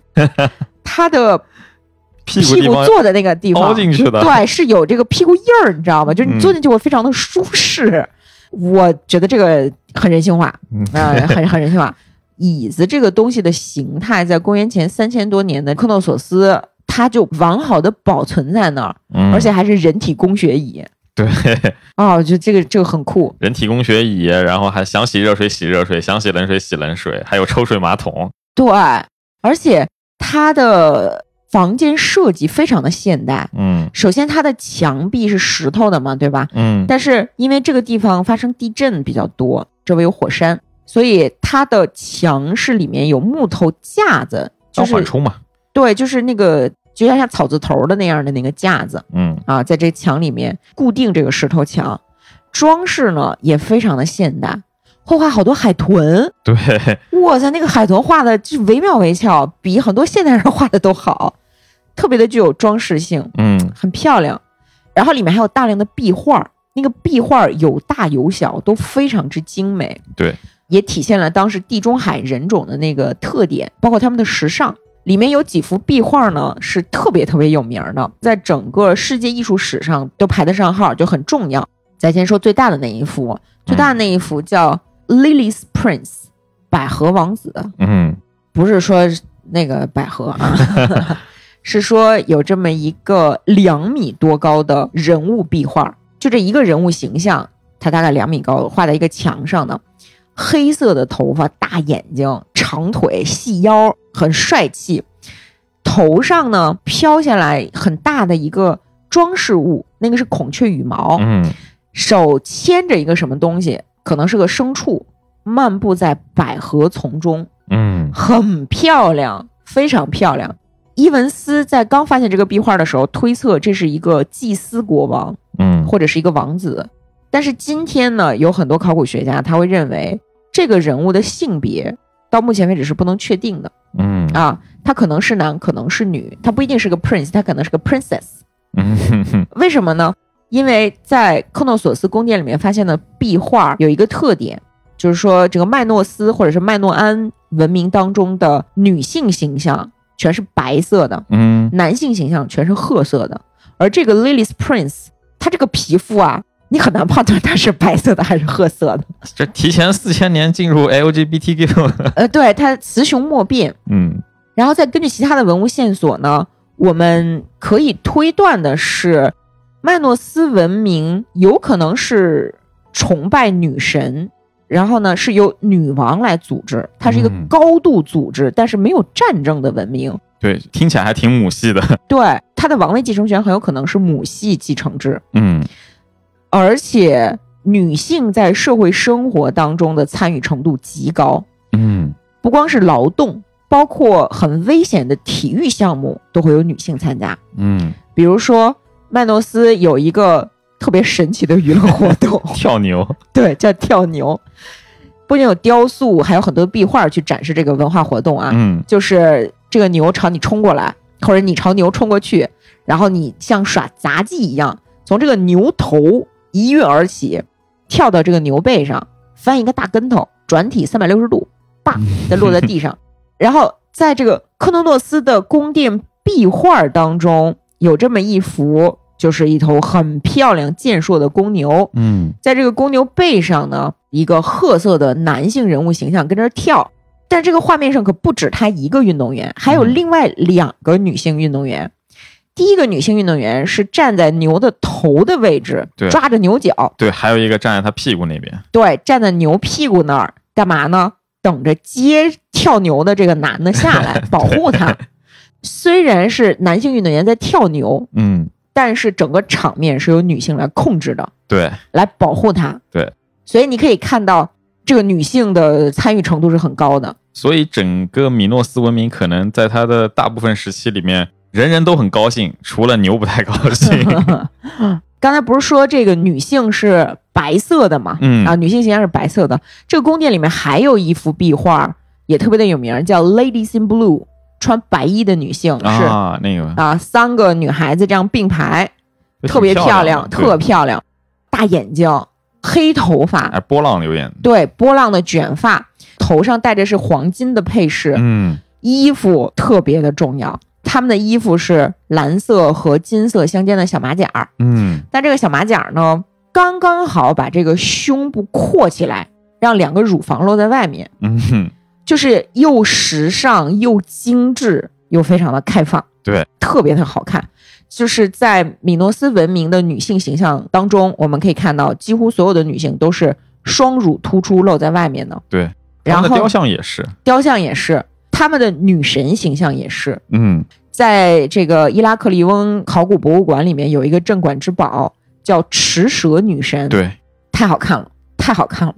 它的
屁股
屁
地
股
方
坐的那个地
凹
方，
进去的。
对，是有这个屁股印儿，你知道吗？就是你
嗯
坐进去会非常的舒适。我觉得这个很人性化，
嗯
啊、很很人性化。椅子这个东西的形态，在公元前三千多年的克诺索斯，它就完好的保存在那儿，
嗯
而且还是人体工学椅。
对，
哦，就这个这个很酷，
人体工学椅，然后还想洗热水洗热水，想洗冷水洗冷水，还有抽水马桶。
对，而且它的房间设计非常的现代。
嗯
首先，它的墙壁是石头的嘛，对吧？
嗯
但是因为这个地方发生地震比较多，周围有火山，所以它的墙是里面有木头架子，就
当缓
是
冲嘛。
对，就是那个就像像草字头的那样的那个架子
嗯
啊，在这墙里面固定这个石头墙，装饰呢也非常的现代，会画好多海豚，
[LAUGHS]
对，
哇塞，那个海豚画的就是惟妙惟肖，比很多现代人画的都好，特别的具有装饰性。
嗯
很漂亮。然后里面还有大量的壁画，那个壁画有大有小，都非常之精美。
对，
也体现了当时地中海人种的那个特点，包括他们的时尚。里面有几幅壁画呢，是特别特别有名的，在整个世界艺术史上都排得上号，就很重要。咱先说最大的那一幅，最大的那一幅叫《Lily's Prince》，百合王子。
嗯
不是说那个百合啊，是说有这么一个两米多高的人物壁画，就这一个人物形象，它大概两米高，画在一个墙上的，黑色的头发，大眼睛，长腿，细腰，很帅气。头上呢飘下来很大的一个装饰物，那个是孔雀羽毛，
嗯
手牵着一个什么东西，可能是个牲畜，漫步在百合丛中。
嗯
很漂亮，非常漂亮。伊文斯在刚发现这个壁画的时候，推测这是一个祭司国王
嗯
或者是一个王子。但是今天呢，有很多考古学家他会认为这个人物的性别到目前为止是不能确定的
嗯
啊，他可能是男，可能是女，他不一定是个 prince，他可能是个 princess。
嗯
为什么呢？因为在克诺索斯宫殿里面发现的壁画有一个特点，就是说整个麦诺斯或者是麦诺安文明当中的女性形象全是白色的，
[LAUGHS]
嗯
男性形象全是褐色的。而这个 Lily's Prince，她这个皮肤啊，你很难判断它是白色的还是褐色的。
这提前四千年进入
[LAUGHS]
LGBTQ，
呃，对，它雌雄莫辨。
嗯
然后再根据其他的文物线索呢，我们可以推断的是，麦诺斯文明有可能是崇拜女神，然后呢是由女王来组织，它是一个
嗯
高度组织，但是没有战争的文明。
对，听起来还挺母系的，
对，它的王位继承权很有可能是母系继承制，
嗯
而且女性在社会生活当中的参与程度极高，
嗯
不光是劳动，包括很危险的体育项目都会有女性参加。
嗯
比如说，麦诺斯有一个特别神奇的娱乐活动，
跳牛，
对，叫跳牛。不仅有雕塑，还有很多壁画去展示这个文化活动啊。
嗯，
就是这个牛朝你冲过来，或者你朝牛冲过去，然后你像耍杂技一样，从这个牛头一跃而起，跳到这个牛背上，翻一个大跟头，转体三百六十度，叭，再落在地上。然后在这个科诺诺斯的宫殿壁画当中，有这么一幅，就是一头很漂亮健硕的公牛，
嗯，
在这个公牛背上呢，一个褐色的男性人物形象跟这儿跳。但这个画面上可不止他一个运动员，还有另外两个女性运动员。第一个女性运动员是站在牛的头的位置
对，
抓着牛角，
对，还有一个站在他屁股那边，
对，站在牛屁股那儿干嘛呢？等着接跳牛的这个男的下来保护他。虽然是男性运动员在跳牛，
嗯，
但是整个场面是由女性来控制的。
对，
来保护她。
对，
所以你可以看到这个女性的参与程度是很高的。
所以整个米诺斯文明可能在它的大部分时期里面，人人都很高兴，除了牛不太高
[LAUGHS]
兴。
啊刚才不是说这个女性是白色的嘛？
嗯
啊，女性形象是白色的。这个宫殿里面还有一幅壁画，也特别的有名，叫《Ladies in Blue》，穿白衣的女性是啊
啊，那个
三个女孩子这样并排，特别漂亮，
哎挺的
特
对
漂亮，大眼睛，黑头发，
哎波浪流眼，
对，波浪的卷发，头上戴着是黄金的配饰，
嗯，
衣服特别的重要。他们的衣服是蓝色和金色相间的小马甲儿，
嗯，
但这个小马甲儿呢，刚刚好把这个胸部扩起来，让两个乳房露在外面，
嗯哼，
就是又时尚又精致又非常的开放，
对，
特别的好看。就是在米诺斯文明的女性形象当中，我们可以看到，几乎所有的女性都是双乳突出露在外面的。
对，
然
他们的雕
后
像也是，
雕像也是，他们的女神形象也是。
嗯，
在这个伊拉克利翁考古博物馆里面有一个镇馆之宝，叫持蛇女神，
对，
太好看了，太好看了。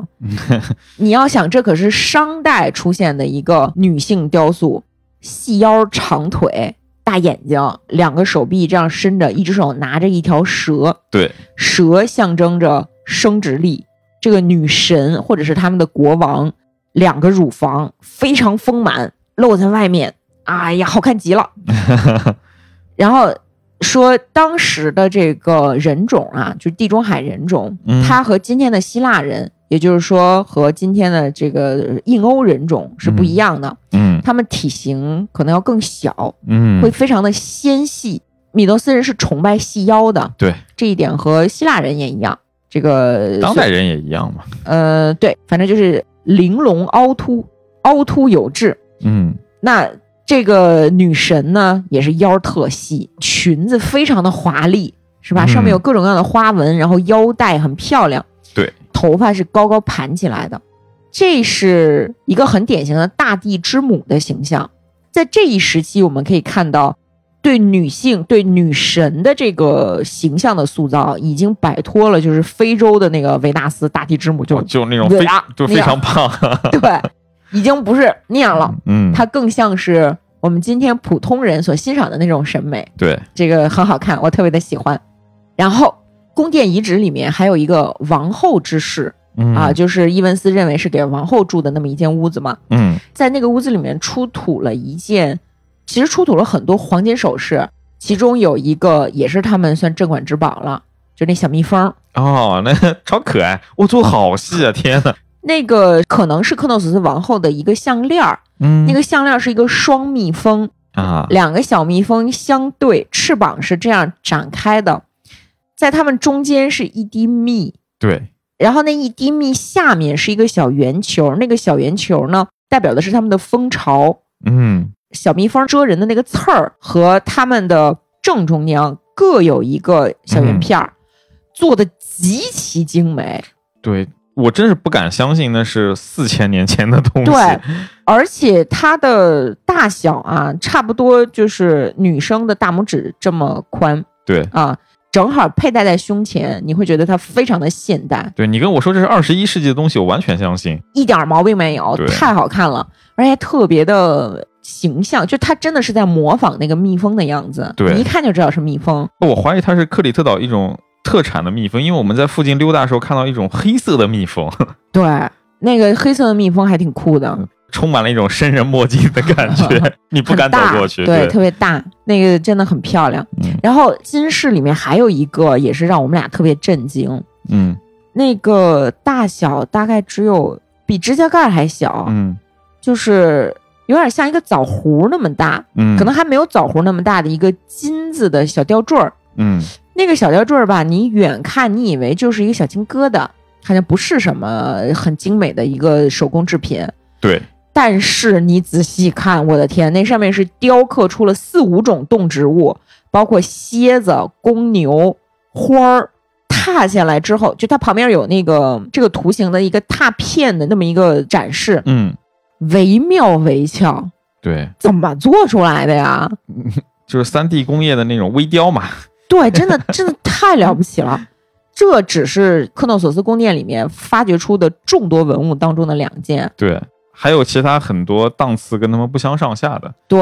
你要想，这可是商代出现的一个女性雕塑，细腰长腿。大眼睛，两个手臂这样伸着，一只手拿着一条蛇，
对，
蛇象征着生殖力。这个女神或者是他们的国王，两个乳房非常丰满，露在外面，哎呀，好看极
[LAUGHS]
了。然后说当时的这个人种啊，就是地中海人种，
嗯
它和今天的希腊人，也就是说和今天的这个印欧人种是不一样的。
嗯
他们体型可能要更小，
嗯
会，非常的纤细。米诺斯人是崇拜细腰的，
对，
这一点和希腊人也一样。这个
当代人也一样嘛，
呃，对，反正就是玲珑凹凸，凹凸有致。
嗯，
那这个女神呢，也是腰特细，裙子非常的华丽，是吧？
嗯
上面有各种各样的花纹，然后腰带很漂亮。
对，
头发是高高盘起来的，这是一个很典型的大地之母的形象。在这一时期，我们可以看到。对女性、对女神的这个形象的塑造，已经摆脱了就是非洲的那个维纳斯大地之母，
[LAUGHS]
就
就就那种
对
非
啊
就非常胖，
对，已经不是那样了。
嗯，
它更像是我们今天普通人所欣赏的那种审美，
对，
这个很好看，我特别的喜欢。然后宫殿遗址里面还有一个王后之室
嗯
啊，，就是伊文斯认为是给王后住的那么一间屋子嘛，
嗯
在那个屋子里面出土了一件，其实出土了很多黄金首饰，其中有一个也是他们算镇馆之宝了，就那小蜜蜂。
哦，那 [LAUGHS] 超可爱，我做好细啊，天呐，
那个可能是克诺索斯王后的一个项链儿，
嗯
那个项链儿是一个双蜜蜂，
啊，
两个小蜜蜂相对，翅膀是这样展开的，在它们中间是一滴蜜，
对，
然后那一滴蜜下面是一个小圆球，那个小圆球呢，代表的是它们的蜂巢。
嗯
小蜜蜂蜇人的那个刺儿和它们的正中央各有一个小圆片儿，做的极其精美。
对。我真是不敢相信那是四千年前的东西。
对，而且它的大小啊，差不多就是女生的大拇指这么宽。
对
啊，正好佩戴在胸前，你会觉得它非常的现代，
对你跟我说这是二十一世纪的东西，我完全相信。
一点儿毛病没有
对，
太好看了，而且特别的形象，就他真的是在模仿那个蜜蜂的样子，
对
你一看就知道是蜜蜂。
我怀疑它是克里特岛一种特产的蜜蜂，因为我们在附近溜达的时候看到一种黑色的蜜蜂， [LAUGHS]
对，那个黑色的蜜蜂还挺酷的，
充满了一种生人莫近的感觉，你不敢
很
走
大，
过去。
对，特别大，那个真的很漂亮。
嗯
然后金饰里面还有一个也是让我们俩特别震惊，
嗯
那个大小大概只有比指甲盖还小，
嗯
就是有点像一个枣核那么大，
嗯，
可能还没有枣核那么大的一个金子的小吊坠儿。
嗯
那个小吊坠儿吧，你远看你以为就是一个小金疙瘩，好像不是什么很精美的一个手工制品。
对，
但是你仔细看，我的天，那上面是雕刻出了四五种动植物，包括蝎子、公牛、花儿。踏下来之后，就它旁边有那个这个图形的一个踏片的那么一个展示，
嗯
惟妙惟肖，
对，
怎么做出来的呀？
就是三 D 工业的那种微雕嘛。
对，真的真的太了不起了。这只是克诺索斯宫殿里面发掘出的众多文物当中的两件，
对，还有其他很多档次跟他们不相上下的。
对，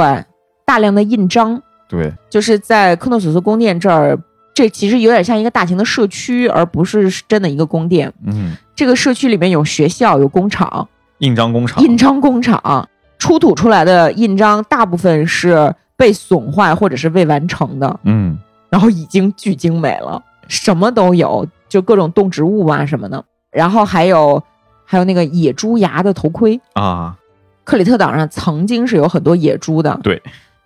大量的印章，
对，
就是在克诺索斯宫殿这儿，这其实有点像一个大型的社区，而不是真的一个宫殿。
嗯，
这个社区里面有学校、有工厂、
印章工厂，
印章工厂，出土出来的印章大部分是被损坏或者是未完成的，
嗯
然后已经巨精美了，什么都有，就各种动植物啊什么的，然后还有还有那个野猪牙的头盔。
啊，
克里特岛上曾经是有很多野猪的，
对，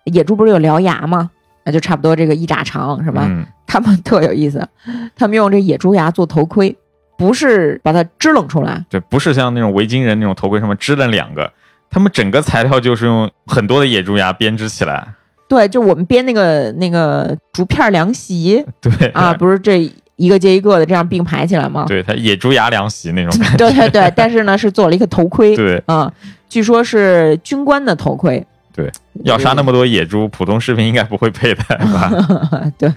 野猪不是有獠牙吗？那就差不多这个一拃长是吧？
嗯
他们 [LAUGHS] 特有意思，他们用这野猪牙做头盔，不是把它支棱出来，
对，不是像那种维京人那种头盔上面支棱两个，他们整个材料就是用很多的野猪牙编织起来。
对，就我们编那个那个竹片凉席
对
啊，，不是这一个接一个的这样并排起来吗？
对，它野猪牙凉席那种感觉。
[LAUGHS] 对对对，但是呢是做了一个头 [LAUGHS] 盔，
对，
啊，据说是军官的头盔， [LAUGHS]
对，要杀那么多野猪，普通士兵应该不会佩戴吧？
对，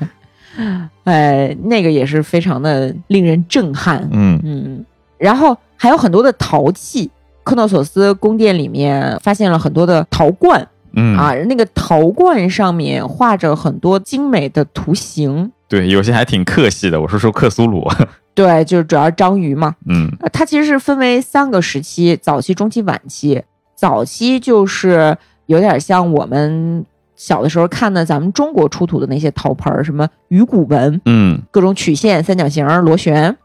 哎，那个也是非常的令人震撼，
嗯
嗯，然后还有很多的陶器。克诺索斯宫殿里面发现了很多的陶罐，
嗯
啊，那个陶罐上面画着很多精美的图形，
对，有些还挺克系的，我是说克苏鲁。
对，就是主要是章鱼嘛。
嗯
呃它其实是分为三个时期：早期、中期、晚期。早期就是有点像我们小的时候看的咱们中国出土的那些陶盆儿，什么鱼骨文、
嗯
各种曲线、三角形、螺旋。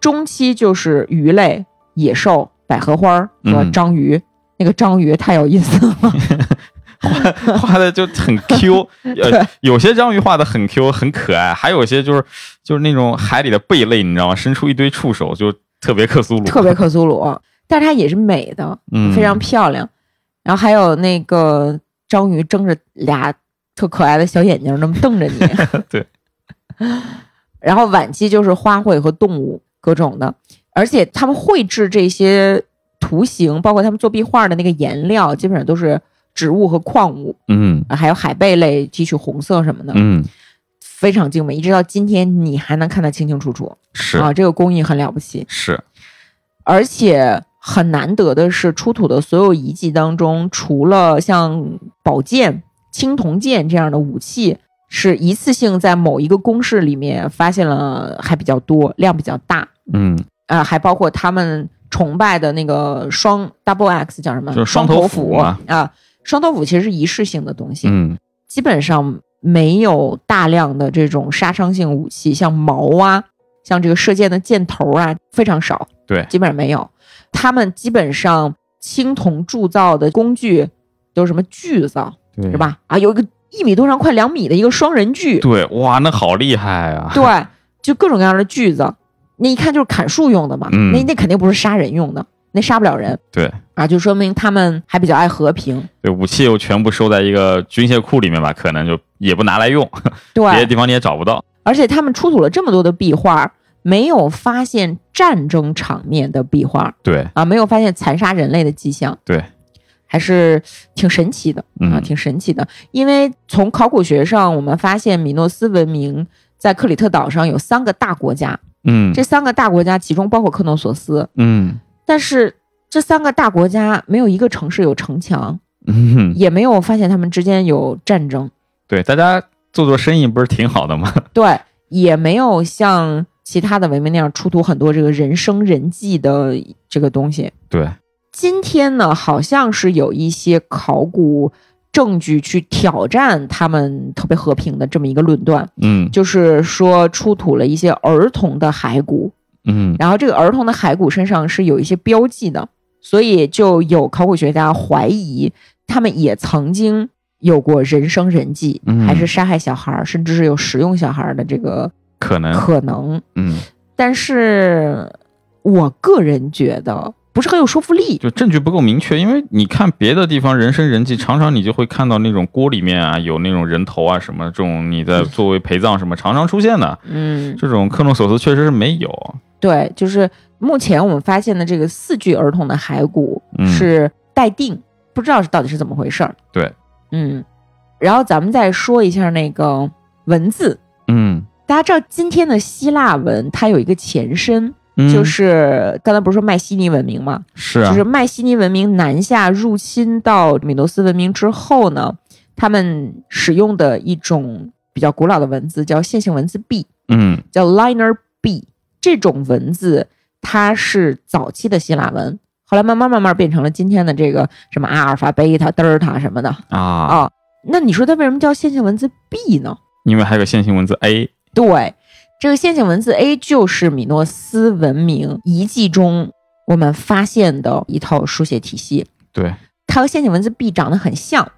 中期就是鱼类、野兽、百合花儿和
嗯
章鱼。那个章鱼太有意思了，
画的就很 Q，呃，有些章鱼画的很 Q，很可爱，还有一些就是就是那种海里的贝类，你知道吗？伸出一堆触手，就特别克苏鲁，
特别克苏鲁，但是它也是美的。
嗯。
非常漂亮。然后还有那个章鱼睁着俩特可爱的小眼睛，那么瞪着你
[LAUGHS] 对。
[LAUGHS] 然后晚期就是花卉和动物各种的，而且他们绘制这些图形，包括他们做壁画的那个颜料，基本上都是植物和矿物，
嗯
啊还有海贝类提取红色什么的，
嗯
非常精美。一直到今天，你还能看得清清楚楚
是
啊！这个工艺很了不起。
是
而且很难得的是，出土的所有遗迹当中，除了像宝剑、青铜剑这样的武器是一次性在某一个工室里面发现了，还比较多，量比较大。
嗯
啊，还包括他们崇拜的那个双 double X 叫什么？
就是双头
头
斧嘛
啊、双头斧其实是一式性的东西，
嗯
基本上没有大量的这种杀伤性武器，像矛啊，像这个射箭的箭头啊，非常少。
对
基本上没有。他们基本上青铜铸造的工具都是什么锯子
对
是？吧？啊，有一个一米多长、快两米的一个双人锯，
对，哇，那好厉害啊！
对，就各种各样的锯子，那一看就是砍树用的嘛，
嗯
那那肯定不是杀人用的，那杀不了人。
对
啊，就说明他们还比较爱和平。
对，武器又全部收在一个军械库里面吧，可能就也不拿来用，别的
对，
地方你也找不到。
而且他们出土了这么多的壁画，没有发现战争场面的壁画
对，
啊，没有发现残杀人类的迹象。
对。还
还是挺神奇的啊，
嗯
挺神奇的。因为从考古学上，我们发现米诺斯文明在克里特岛上有三个大国家，
嗯
这三个大国家其中包括克诺索斯，
嗯
但是这三个大国家没有一个城市有城墙，
嗯哼，
也没有发现他们之间有战争，
对，大家做做生意不是挺好的吗？ [LAUGHS]
对，也没有像其他的文明那样出土很多这个人生人迹的这个东西。
对，
今天呢，好像是有一些考古证据去挑战他们特别和平的这么一个论断，
嗯
就是说出土了一些儿童的骸骨，
嗯
然后这个儿童的骸骨身上是有一些标记的，所以就有考古学家怀疑他们也曾经有过人生人迹，
嗯
还是杀害小孩儿，甚至是有食用小孩儿的这个
可能，
可能。
嗯，
但是我个人觉得不是很有说服力。
就证据不够明确，因为你看别的地方人参人迹，常常你就会看到那种锅里面啊有那种人头啊什么这种，你在作为陪葬什么常常出现的，
嗯，
这种克隆索斯确实是没有，
对，就是目前我们发现的这个四具儿童的骸骨
嗯
是待定，不知道是到底是怎么回事儿。
对，
嗯，然后咱们再说一下那个文字。
嗯，
大家知道今天的希腊文它有一个前身，
嗯
就是刚才不是说迈锡尼文明吗？
是啊
就是，迈锡尼文明南下入侵到米诺斯文明之后呢，他们使用的一种比较古老的文字叫线性文字 B，
嗯
叫 liner B。这种文字它是早期的希腊文，后来慢慢慢慢变成了今天的这个什么阿尔法、贝塔、德尔塔什么的
啊，
啊。那你说它为什么叫线性文字 B 呢？
因为还有个线性文字 A，
对，这个线性文字 A 就是米诺斯文明遗迹中我们发现的一套书写体系。
对，
它和线性文字 B 长得很像，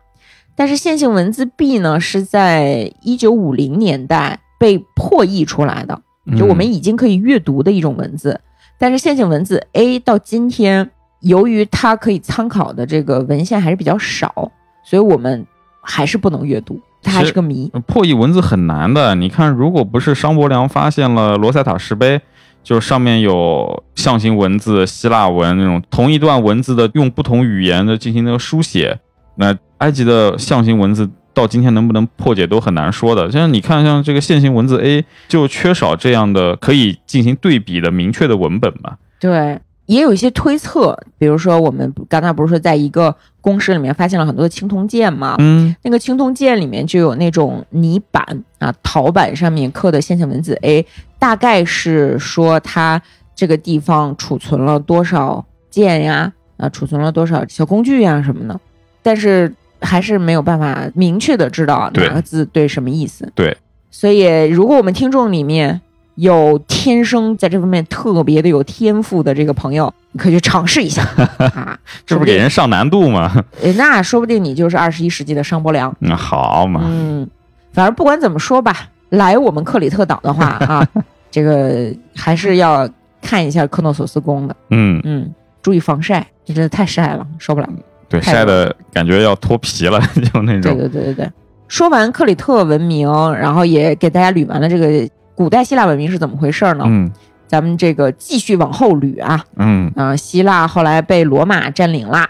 但是线性文字 B 呢是在一九五零年代被破译出来的，就
嗯
我们已经可以阅读的一种文字。但是线性文字 A 到今天，由于它可以参考的这个文献还是比较少，所以我们还是不能阅读，它还
其
是
实
个谜。
破译文字很难的。你看，如果不是商伯良发现了罗塞塔石碑，就是上面有象形文字、希腊文那种同一段文字的用不同语言的进行那个书写，那埃及的象形文字到今天能不能破解都很难说的。像你看，像这个线性文字 A 就缺少这样的可以进行对比的明确的文本嘛。
对，也有一些推测，比如说我们刚才不是说在一个公室里面发现了很多的青铜剑吗？
嗯
那个青铜剑里面就有那种泥板啊、陶板上面刻的线性文字 A，大概是说它这个地方储存了多少剑呀，啊，储存了多少小工具呀什么的，但是还是没有办法明确的知道
对
哪个字对什么意思。
对，
所以如果我们听众里面有天生在这方面特别的有天赋的这个朋友，你可以去尝试一
[LAUGHS]
下啊，
这不是给人上难度吗？
诶那说不定你就是二十一世纪的商伯良。
嗯，好嘛，
嗯，反正不管怎么说吧，来我们克里特岛的
[LAUGHS]
话啊，这个还是要看一下科诺索斯宫的。
嗯，
嗯，注意防晒，这真的太晒了，受不了。
对，
太
晒的感觉要脱皮了， [LAUGHS] 就那
对
种，
对对对对。说完克里特文明，然后也给大家捋完了这个古代希腊文明是怎么回事儿呢？
嗯
咱们这个继续往后捋啊，
嗯
啊、希腊后来被罗马占领啦，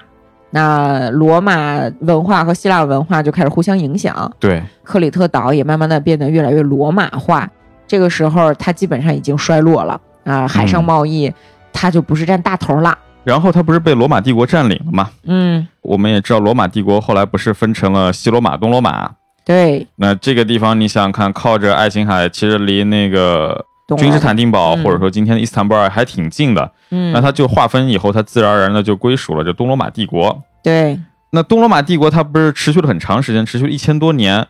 那罗马文化和希腊文化就开始互相影响，
对，
克里特岛也慢慢的变得越来越罗马化。这个时候，它基本上已经衰落了啊、海上
嗯
贸易它就不是占大头了。
然后他不是被罗马帝国占领了吗？
嗯，
我们也知道，罗马帝国后来不是分成了西罗马、东罗马。
对，
那这个地方，你想想看，靠着爱琴海，其实离那个
懂了
君士坦啊丁堡，
嗯
或者说今天的伊斯坦布尔还挺近的。那
嗯，
它就划分以后，它自然而然的就归属了这东罗马帝国。
对，
那东罗马帝国它不是持续了很长时间，持续了一千多年，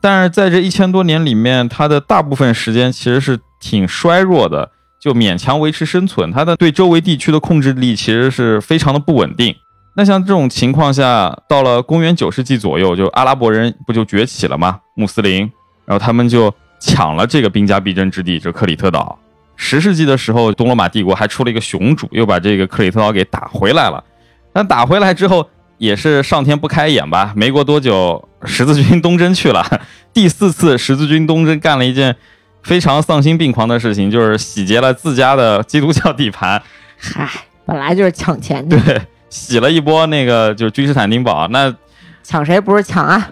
但是在这一千多年里面，它的大部分时间其实是挺衰弱的，就勉强维持生存。它的对周围地区的控制力其实是非常的不稳定。那像这种情况下，到了公元九世纪左右，就阿拉伯人不就崛起了吗？穆斯林，然后他们就抢了这个兵家必争之地，就克里特岛。十世纪的时候，东罗马帝国还出了一个雄主，又把这个克里特岛给打回来了。但打回来之后，也是上天不开眼吧？没过多久，十字军东征去了。 [LAUGHS] 第四次十字军东征干了一件非常丧心病狂的事情，就是洗劫了自家的基督教地盘， [LAUGHS]
嗨，本来就是抢钱的，
洗了一波那个就是君士坦丁堡。那
抢谁不是抢啊？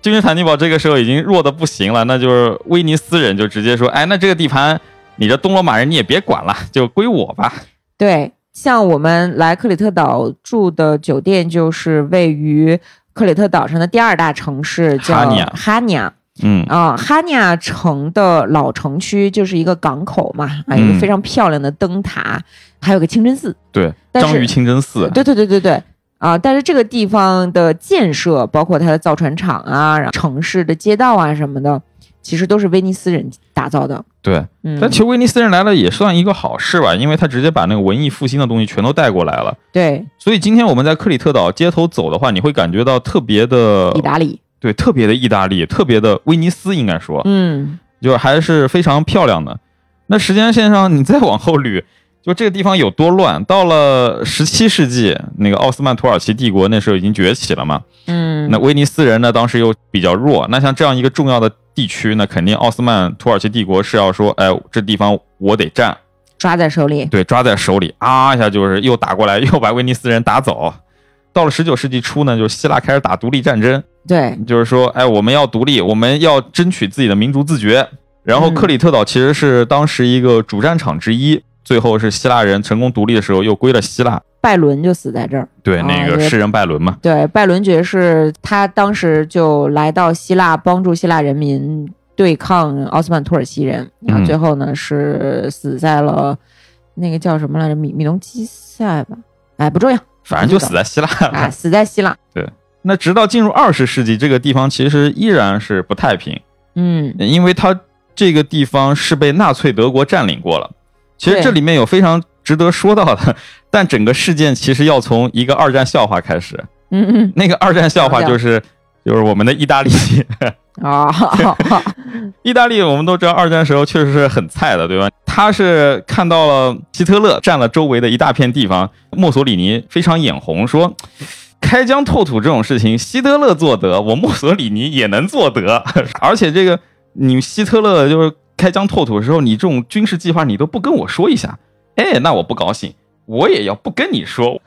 君士坦丁堡这个时候已经弱的不行了，那就是威尼斯人就 [LAUGHS] 直接说：“哎，那这个地盘你这东罗马人你也别管了，就归我吧。
对，像我们来克里特岛住的酒店，就是位于克里特岛上的第二大城市，叫
哈尼亚
哈尼亚。
嗯，
啊、哈尼亚城的老城区就是一个港口嘛，啊，有一
嗯
个非常漂亮的灯塔，还有个清真寺。
对，
但
章
是
鱼清真寺，
对对对对对啊、但是这个地方的建设，包括它的造船厂啊、然后城市的街道啊什么的，其实都是威尼斯人打造的。
对，
嗯，
但其实威尼斯人来了也算一个好事吧，因为他直接把那个文艺复兴的东西全都带过来了。
对，
所以今天我们在克里特岛街头走的话，你会感觉到特别的
意，大利，
对，特别的意大利，特别的威尼斯，应该说，
嗯，
就是还是非常漂亮的。那时间线上你再往后捋，就这个地方有多乱。到了十七世纪，那个奥斯曼土耳其帝国那时候已经崛起了嘛，
嗯，
那威尼斯人呢当时又比较弱。那像这样一个重要的地区呢，肯定奥斯曼土耳其帝国是要说，哎，这地方我得占，
抓在手里，
对，抓在手里啊一下就是又打过来， [LAUGHS] 又把威尼斯人打走。到了十九世纪初呢，就是希腊开始打独立战争，
对，
就是说，哎，我们要独立，我们要争取自己的民族自觉。然后
嗯
克里特岛其实是当时一个主战场之一，最后是希腊人成功独立的时候又归了希腊。
拜伦就死在这儿。
对，
哦
那个
也
诗人拜伦嘛，
对，拜伦爵士他当时就来到希腊，帮助希腊人民对抗奥斯曼土耳其人，
嗯
然后最后呢是死在了那个叫什么来着米米隆基塞吧，哎，不重要
反正就死在希腊了。
啊，死在希腊。
[LAUGHS] 那直到进入二十世纪，这个地方其实依然是不太平，
嗯，
因为它这个地方是被纳粹德国占领过了。其实
对
这里面有非常值得说到的， [LAUGHS] 但整个事件其实要从一个二战笑话开始。
嗯
那个二战笑
讲
话
讲
就是就是我们的意大利。 [LAUGHS]
嗯啊，
意大利我们都知道，二战时候确实是很菜的，对吧？他是看到了希特勒占了周围的一大片地方，墨索里尼非常眼红，说。开疆拓土这种事情，希特勒做得，我墨索里尼也能做得。 [LAUGHS] 而且这个，你希特勒就是开疆拓土的时候，你这种军事计划你都不跟我说一下，哎，那我不高兴，我也要不跟你说，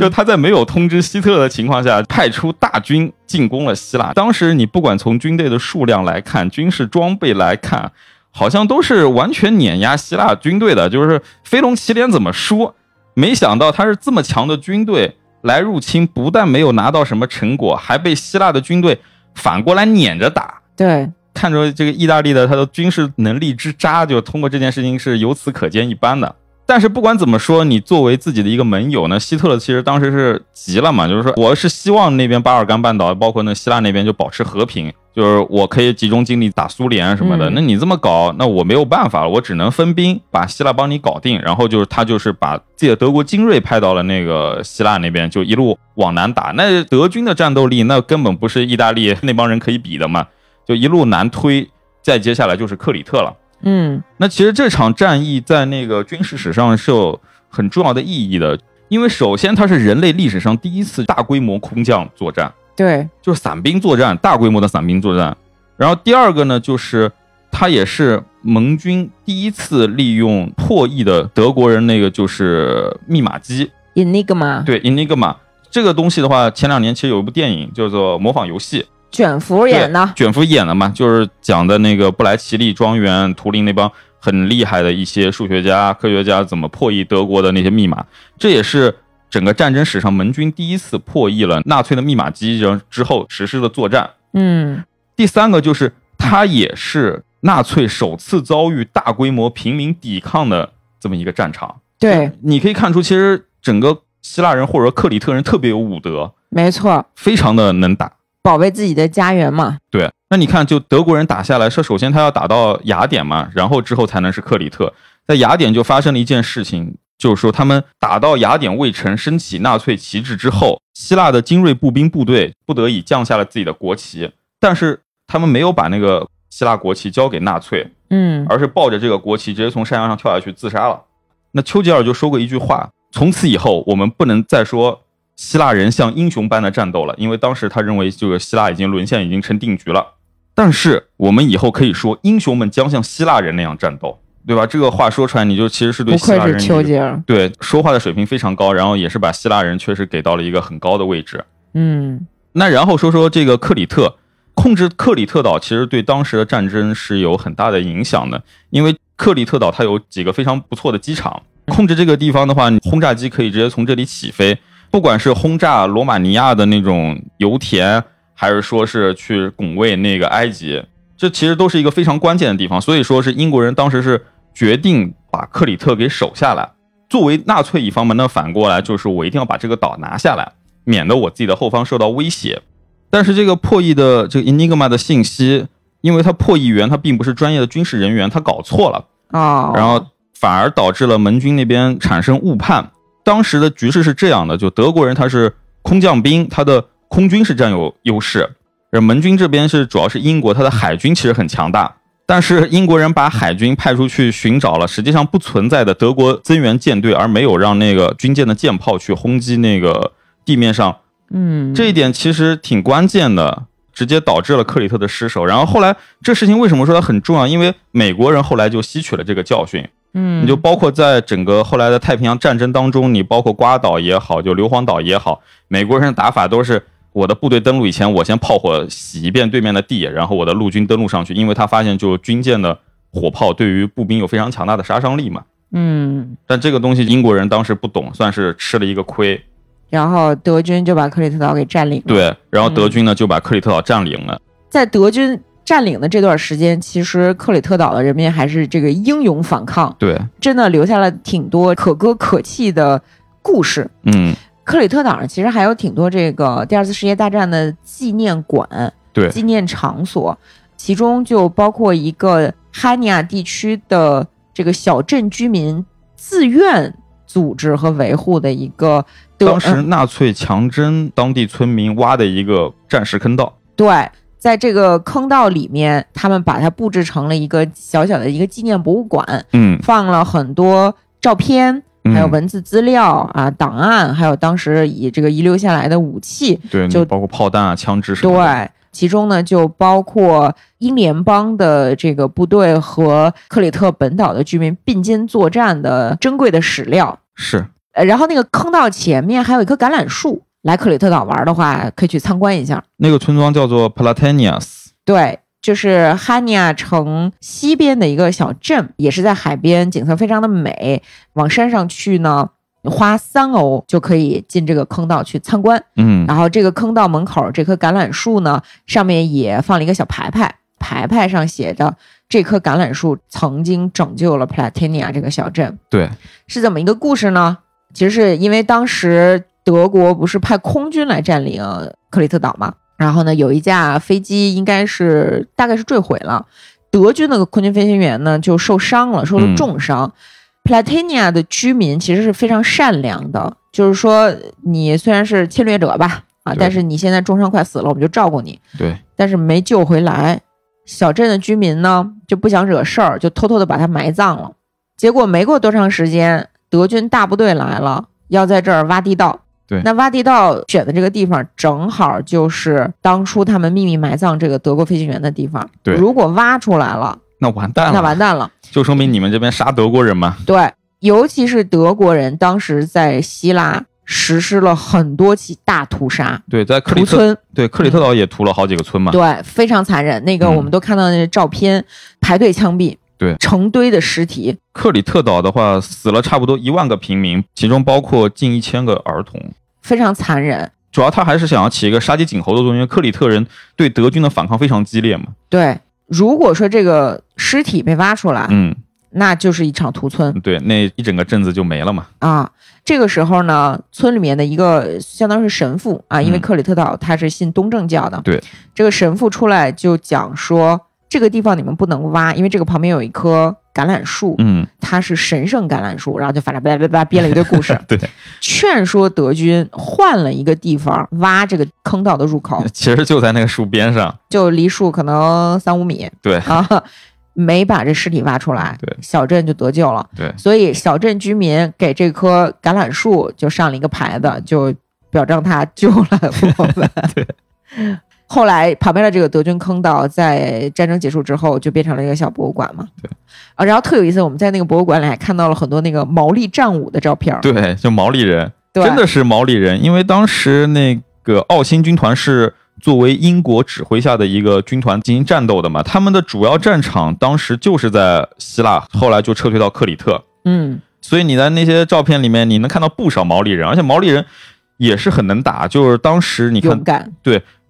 就他在没有通知希特勒的情况下，派出大军进攻了希腊。当时你不管从军队的数量来看，军事装备来看，好像都是完全碾压希腊军队的，就是飞龙骑脸怎么输？没想到他是这么强的军队来入侵，不但没有拿到什么成果，还被希腊的军队反过来撵着打。
[LAUGHS] 对，
看着这个意大利的他的军事能力之渣，就通过这件事情是由此可见一斑的。但是不管怎么说，你作为自己的一个盟友呢，希特勒其实当时是急了嘛，就是说我是希望那边巴尔干半岛，包括那希腊那边就保持和平，就是我可以集中精力打苏联什么的。
嗯
那你这么搞，那我没有办法了，我只能分兵把希腊帮你搞定。然后就是他就是把自己的德国精锐派到了那个希腊那边，就一路往南打。那德军的战斗力那根本不是意大利那帮人可以比的嘛。就一路南推，再接下来就是克里特了。
嗯
那其实这场战役在那个军事史上是有很重要的意义的，因为首先它是人类历史上第一次大规模空降作战，
对，
就是伞兵作战，大规模的伞兵作战。然后第二个呢，就是它也是盟军第一次利用破译的德国人那个就是密码机，
Enigma
对 Enigma 这个东西的话，前两年其实有一部电影叫做《模仿游戏》，
卷福演的，
卷福演的嘛，就是讲的那个布莱奇利庄园、图灵那帮很厉害的一些数学家、科学家怎么破译德国的那些密码。这也是整个战争史上盟军第一次破译了纳粹的密码机，然后之后实施的作战。
嗯
第三个就是它也是纳粹首次遭遇大规模平民抵抗的这么一个战场。
对，
你可以看出，其实整个希腊人或者说克里特人特别有武德，
没错，
非常的能打。
保卫自己的家园嘛，
对，那你看，就德国人打下来，是首先他要打到雅典嘛，然后之后才能是克里特。在雅典就发生了一件事情，就是说他们打到雅典卫城，升起纳粹旗帜之后，希腊的精锐步兵部队不得已降下了自己的国旗，但是他们没有把那个希腊国旗交给纳粹，
嗯
而是抱着这个国旗直接从山崖上跳下去自杀了。那丘吉尔就说过一句话：从此以后，我们不能再说希腊人像英雄般的战斗了，因为当时他认为这个希腊已经沦陷，已经成定局了。但是我们以后可以说，英雄们将像希腊人那样战斗，对吧？这个话说出来，你就其实是对
不
希
愧
腊人
是
一
丘
个
吉尔，
对说话的水平非常高，然后也是把希腊人确实给到了一个很高的位置。
嗯
那然后说说这个克里特，控制克里特岛其实对当时的战争是有很大的影响的，因为克里特岛它有几个非常不错的机场，控制这个地方的话，你轰炸机可以直接从这里起飞，不管是轰炸罗马尼亚的那种油田，还是说是去拱卫那个埃及，这其实都是一个非常关键的地方。所以说是英国人当时是决定把克里特给守下来。作为纳粹一方嘛，那反过来就是我一定要把这个岛拿下来，免得我自己的后方受到威胁。但是这个破译的这个 Enigma 的信息，因为他破译员他并不是专业的军事人员，他搞错了，
哦，
然后反而导致了盟军那边产生误判。当时的局势是这样的，就德国人他是空降兵，他的空军是占有优势，而盟军这边是主要是英国，他的海军其实很强大。但是英国人把海军派出去寻找了实际上不存在的德国增援舰队，而没有让那个军舰的舰炮去轰击那个地面上
嗯，
这一点其实挺关键的，直接导致了克里特的失手。然后后来这事情为什么说它很重要？因为美国人后来就吸取了这个教训，
嗯，
你就包括在整个后来的太平洋战争当中，你包括瓜岛也好，就硫磺岛也好，美国人的打法都是我的部队登陆以前，我先炮火洗一遍对面的地，然后我的陆军登陆上去，因为他发现就军舰的火炮对于步兵有非常强大的杀伤力嘛。
嗯，
但这个东西英国人当时不懂，算是吃了一个亏。
然后德军就把克里特岛给占领了。，
对，然后德军呢就把克里特岛占领了。
在德军占领的这段时间，其实克里特岛的人民还是这个英勇反抗，
对，
真的留下了挺多可歌可泣的故事。
嗯，
克里特岛上其实还有挺多这个第二次世界大战的纪念馆、
对
纪念场所，其中就包括一个哈尼亚地区的这个小镇居民自愿组织和维护的一个德
当时纳粹强征当地村民挖的一个战时坑道。
对，在这个坑道里面，他们把它布置成了一个小小的一个纪念博物馆，
嗯，
放了很多照片，
嗯
还有文字资料、啊、档案，还有当时以这个遗留下来的武器。
对，
就
就包括炮弹啊、枪支什么的。
对，其中呢就包括英联邦的这个部队和克里特本岛的居民并肩作战的珍贵的史料。
是，
呃，然后那个坑道前面还有一棵橄榄树，来克里特岛玩的话可以去参观一下。
那个村庄叫做 Platanias。
对，就是哈尼亚城西边的一个小镇，也是在海边，景色非常的美。往山上去呢，花三欧就可以进这个坑道去参观。
嗯，
然后这个坑道门口这棵橄榄树呢，上面也放了一个小牌牌，牌牌上写着这棵橄榄树曾经拯救了 Platania 这个小镇。
对，
是怎么一个故事呢？其实是因为当时德国不是派空军来占领克里特岛嘛，然后呢，有一架飞机应该是大概是坠毁了，德军那个空军飞行员呢就受伤
嗯
了，受了重伤。Platania 的居民其实是非常善良的，就是说你虽然是侵略者吧，啊，
对
但是你现在重伤快死了，我们就照顾你。
对，
但是没救回来。小镇的居民呢就不想惹事儿，就偷偷的把它埋葬了。结果没过多长时间，德军大部队来了，要在这儿挖地道。
对
那挖地道选的这个地方，正好就是当初他们秘密埋葬这个德国飞行员的地方。
对
如果挖出来了，
那完蛋
那
了，
完蛋了。
就说明你们这边杀德国人嘛。
对，尤其是德国人当时在希腊实施了很多起大屠杀、
对，在克里
屠
特，
村，嗯
对克里特岛也屠了好几个村嘛。
对，非常残忍。那个
嗯
我们都看到那个照片，排队枪毙，
对
成堆的尸体，
克里特岛的话，死了差不多一万个平民，其中包括近一千个儿童。
非常残忍。
主要他还是想要起一个杀鸡儆猴的作用，因为克里特人对德军的反抗非常激烈嘛。
对，如果说这个尸体被挖出来，
嗯，
那就是一场屠村
对，那一整个镇子就没了嘛。
啊。这个时候呢，村里面的一个相当于是神父啊，因为
嗯
克里特岛他是信东正教的，
对，
这个神父出来就讲说，这个地方你们不能挖，因为这个旁边有一棵橄榄树，
嗯，
它是神圣橄榄树，然后就反正叭叭叭编了一堆故事，
对，
劝说德军换了一个地方挖这个坑道的入口，
[LAUGHS] 其实就在那个树边上。
就离树可能三五
[LAUGHS]
米， [LAUGHS]
对
啊，没把这尸体挖出来，
对
小镇就得救了，
对
所以小镇居民给这棵橄榄树就上了一个牌子，就表彰它救了我们，
[LAUGHS] 对。
后来旁边的这个德军坑道在战争结束之后就变成了一个小博物馆嘛，
对
啊，然后特有意思，我们在那个博物馆里还看到了很多那个毛利战舞的照片儿，
对，就毛利人，
对，
真的是毛利人，因为当时那个奥辛军团是作为英国指挥下的一个军团进行战斗的嘛，他们的主要战场当时就是在希腊，后来就撤退到克里特。
嗯，
所以你在那些照片里面，你能看到不少毛利人，而且毛利人也是很能打。就是当时你看
勇敢，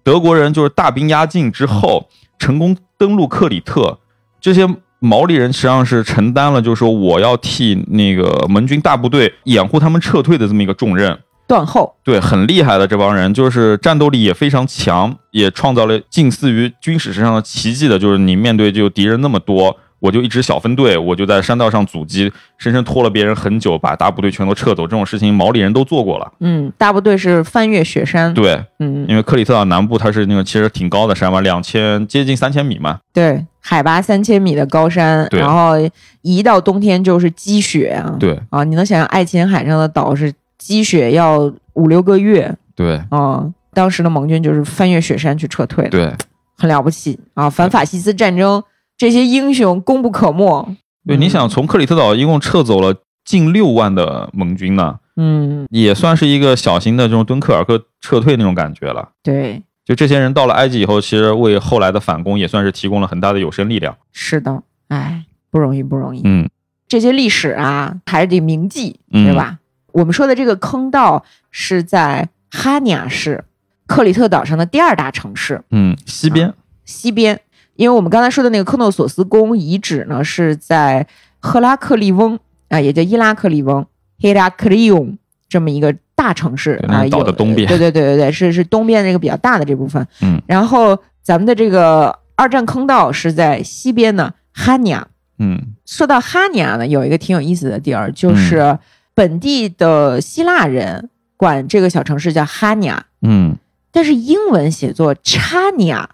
德国人就是大兵压境之后，成功登陆克里特，这些毛利人实际上是承担了，就是说我要替那个盟军大部队掩护他们撤退的这么一个重任。
断后，
对，很厉害的这帮人，就是战斗力也非常强，也创造了近似于军史上的奇迹的，就是你面对就敌人那么多，我就一支小分队，我就在山道上阻击，深深拖了别人很久，把大部队全都撤走，这种事情毛利人都做过了。
嗯，大部队是翻越雪山，
对，
嗯，
因为克里特岛南部它是那个其实挺高的山嘛，两千接近三千米嘛，
对，海拔三千米的高山，
对
然后一到冬天就是积雪啊，
对
啊，你能想象爱琴海上的岛是积雪要五六个月
对
啊，当时的盟军就是翻越雪山去撤退的，
对，
很了不起啊！反法西斯战争这些英雄功不可没。
对，
嗯
你想，从克里特岛一共撤走了近六万的盟军呢，
嗯，
也算是一个小型的这种敦刻尔克撤退那种感觉了。
对，
就这些人到了埃及以后，其实为后来的反攻也算是提供了很大的有生力量。
是的，哎，不容易，不容易。
嗯，
这些历史啊，还是得铭记，
嗯
对吧？我们说的这个坑道是在哈尼亚市，克里特岛上的第二大城市
嗯，西边，
西边。因为我们刚才说的那个科诺索斯宫遗址呢，是在赫拉克利翁啊，也叫伊拉克利翁 （Heraklion） 这么一个大城市
对那
啊，
个岛
有
的东边
对对对对对，是是东边那个比较大的这部分。
嗯，
然后咱们的这个二战坑道是在西边呢，哈尼亚。
嗯
说到哈尼亚呢，有一个挺有意思的地儿，就是本地的希腊人管这个小城市叫哈尼亚，
嗯，
但是英文写作查尼亚，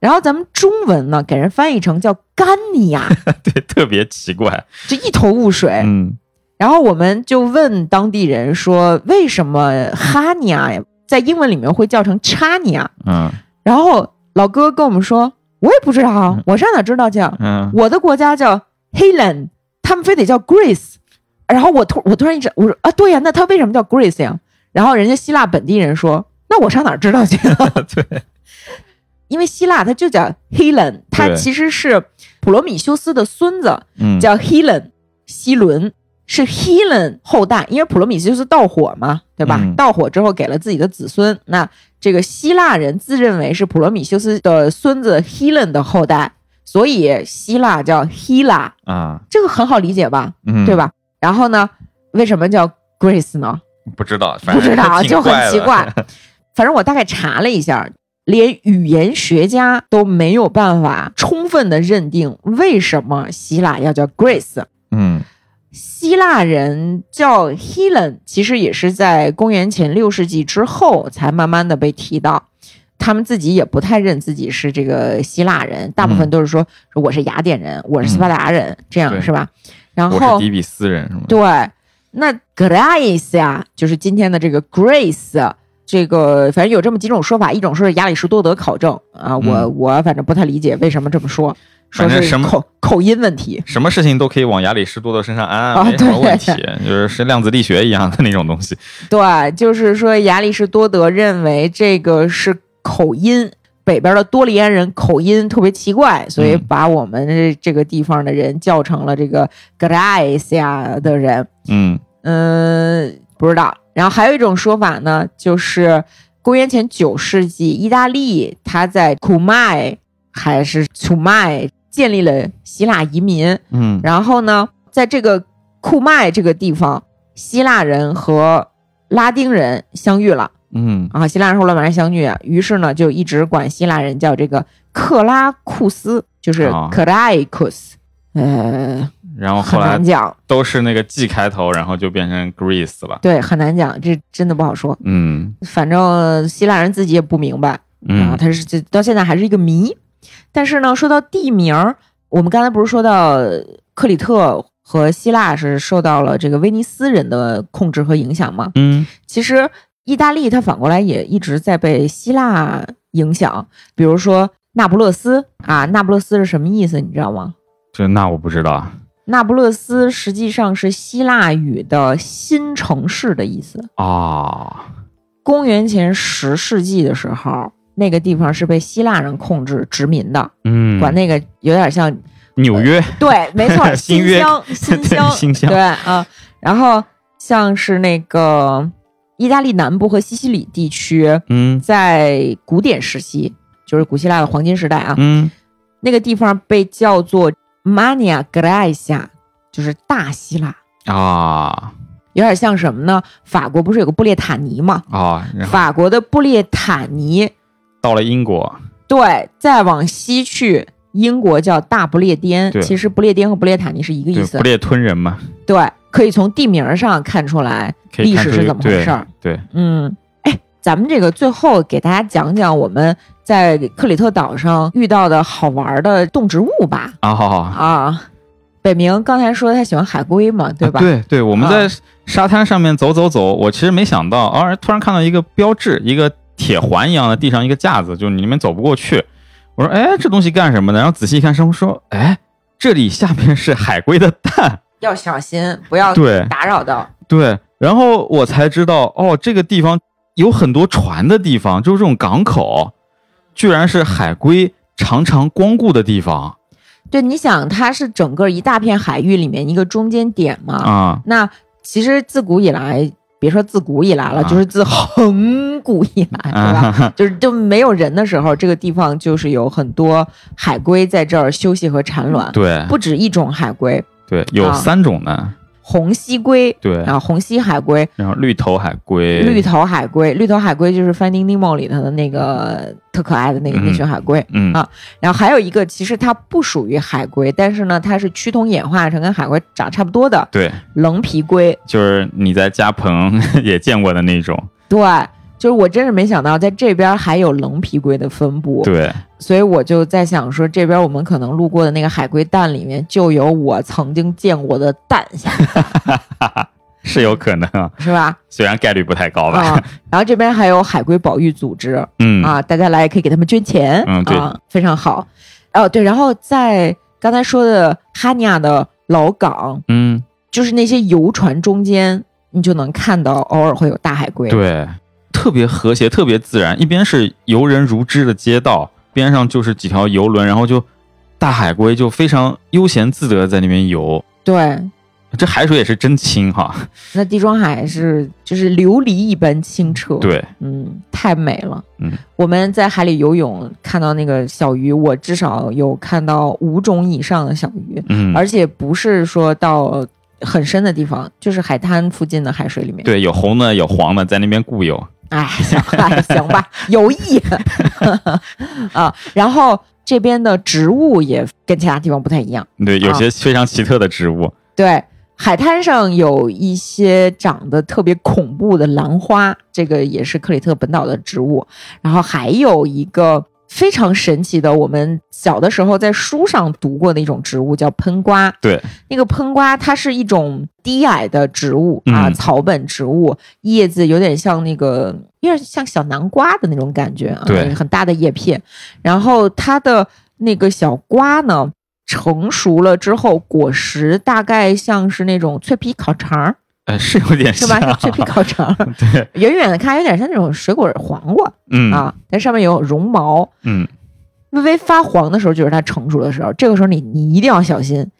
然后咱们中文呢给人翻译成叫甘尼亚，
[LAUGHS] 对，特别奇怪。
就一头雾水。
嗯
然后我们就问当地人说，为什么哈尼亚呀在英文里面会叫成查尼亚？
嗯
然后老哥跟我们说，我也不知道啊，我上哪知道去啊？
[LAUGHS] 嗯，
我的国家叫 Helen，他们非得叫 Greece。然后我突我突然一直我说啊，对呀、那他为什么叫 Greece 呀？然后人家希腊本地人说，那我上哪儿知道去啊？
对，
[LAUGHS] 因为希腊它就叫 Helen，它
对
其实是普罗米修斯的孙子，
嗯，
叫 Helen，希伦是 Helen 后代，因为普罗米修斯盗火嘛，对吧？
嗯
盗火之后给了自己的子孙，那这个希腊人自认为是普罗米修斯的孙子 Helen 的后代，所以希腊叫 Hela，
啊，
这个很好理解吧？
嗯，
对？吧？然后呢，为什么叫 Grace 呢？
不知道，反
不
正
知道啊，
挺
就很
怪
奇
的。 [LAUGHS]
怪。反正我大概查了一下，连语言学家都没有办法充分的认定为什么希腊要叫 Grace。
嗯
希腊人叫 Helen，其实也是在公元前六世纪之后才慢慢的被提到。他们自己也不太认自己是这个希腊人，大部分都是说、说我是雅典人，我是斯巴达人，这样
嗯对
是吧？然
我
后
是底比斯人，是吗？
对，那 Grace 呀，就是今天的这个 Grace，这个反正有这么几种说法，一种说是亚里士多德考证啊，我、
嗯
我反正不太理解为什么这么说，说
反正
是
什么
口口音问题，
什么事情都可以往亚里士多德身上安，
啊
没什么
对
问题，就是是量子力学一样的那种东西。
对，就是说亚里士多德认为这个是口音，北边的多利安人口音特别奇怪，所以
嗯
把我们这这个地方的人叫成了这个 Gracia 的人。
嗯
嗯，不知道。然后还有一种说法呢，就是公元前九世纪，意大利他在库麦还是楚麦建立了希腊移民，
嗯
然后呢，在这个库麦这个地方，希腊人和拉丁人相遇了
嗯
啊，希腊人和罗马人相遇，啊于是呢就一直管希腊人叫这个克拉库斯，就是
啊
k r a k u s 呃，
然后
很
后
[LAUGHS]
来
难讲，
都是那个 G 开头，然后就变成 Greece 了。
对，很难讲，这真的不好说。
嗯
反正希腊人自己也不明白啊，
嗯
他是这到现在还是一个谜。但是呢，说到地名儿，我们刚才不是说到呃克里特和希腊是受到了这个威尼斯人的控制和影响吗？
嗯
其实意大利它反过来也一直在被希腊影响，比如说那不勒斯啊，那不勒斯是什么意思？你知道吗？
这那我不知道。
那不勒斯实际上是希腊语的新城市的意思。
啊，
公元前十世纪的时候，那个地方是被希腊人控制殖民的，
嗯
管那个有点像
纽约、
对，没错，
[LAUGHS]
新
新约
乡，新乡，
新乡
对啊。然后像是那个呃意大利南部和西西里地区，
嗯
在古典时期，就是古希腊的黄金时代啊，
嗯，
那个地方被叫做 Mania Graecia，就是大希腊，
啊
有点像什么呢？法国不是有个布列塔尼吗？
啊，然后
法国的布列塔尼，
到了英国，
对，再往西去，英国叫大不列颠
对。
其实不列颠和不列塔尼是一个意
对，
思
不。列吞人嘛，
对，可以从地名上看出来
可以
历
看
史
出
是
一个
怎么回事儿。
对对
嗯，哎，咱们这个最后给大家讲讲我们在克里特岛上遇到的好玩的动植物吧。
啊，好好，
啊，北明刚才说他喜欢海龟嘛，对吧？
啊对对，我们
啊
在沙滩上面走走走，我其实没想到，啊，突然看到一个标志，一个铁环一样的地上一个架子，就是你里面走不过去。我说，哎，这东西干什么的？然后仔细一看，生说，哎，这里下面是海龟的蛋。
要小心，不要
对
打扰到。
对，然后我才知道，哦，这个地方有很多船的地方，就是这种港口，居然是海龟常常光顾的地方
对，你想，它是整个一大片海域里面一个中间点嘛？
啊。
那其实自古以来，别说自古以来了，
啊
就是自恒古以来，对吧？
啊，
就是就没有人的时候，这个地方就是有很多海龟在这儿休息和产卵，
对
不止一种海龟，
对，有
啊
三种呢，
红蜥龟，
对，
啊，红蜥海龟，
然后绿头海龟，
绿头海龟，绿头海龟就是《Finding Nemo》里头的那个特可爱的那个
嗯
那群海龟。
嗯
啊然后还有一个，其实它不属于海龟，但是呢，它是趋同演化成跟海龟长差不多的
对，
棱皮龟。
就是你在嘉鹏 [LAUGHS] 也见过的那种，
对，就是我真是没想到在这边还有棱皮龟的分布，
对，
所以我就在想说，这边我们可能路过的那个海龟蛋里面就有我曾经见过的蛋下，
是有可能啊，
是
[LAUGHS]
吧？
虽然概率不太高吧。
啊，然后这边还有海龟保育组织，
嗯
啊，大家来也可以给他们捐钱，
嗯对
啊，非常好。哦，对，然后在刚才说的哈尼亚的老港，
嗯，
就是那些游船中间，你就能看到偶尔会有大海龟。，
对，特别和谐，特别自然。一边是游人如织的街道，边上就是几条游轮，然后就大海龟就非常悠闲自得地在那边游。
对，
这海水也是真清哈，
那地中海是就是琉璃一般清澈，，
对，
嗯，太美了。
嗯，
我们在海里游泳看到那个小鱼，我至少有看到五种以上的小鱼，
嗯，
而且不是说到很深的地方，就是海滩附近的海水里面。
对，有红的，有黄的，在那边固游。
哎，行吧，行
[LAUGHS]
吧，有意 [LAUGHS] 啊。然后这边的植物也跟其他地方不太一样，
对，有
啊
些非常奇特的植物，
对。海滩上有一些长得特别恐怖的兰花，这个也是克里特本岛的植物。然后还有一个非常神奇的，我们小的时候在书上读过的一种植物叫喷瓜。
对，
那个喷瓜它是一种低矮的植物啊，
嗯
草本植物，叶子有点像那个，有点像小南瓜的那种感觉啊，
对
那个很大的叶片。然后它的那个小瓜呢，成熟了之后，果实大概像是那种脆皮烤肠儿，
呃，是有点
是
像 [LAUGHS]
吧？，像脆皮烤肠儿，
对，
远远的看有点像那种水果黄瓜
嗯
啊，但上面有绒毛，
嗯，
微微发黄的时候就是它成熟的时候，这个时候你你一定要小心。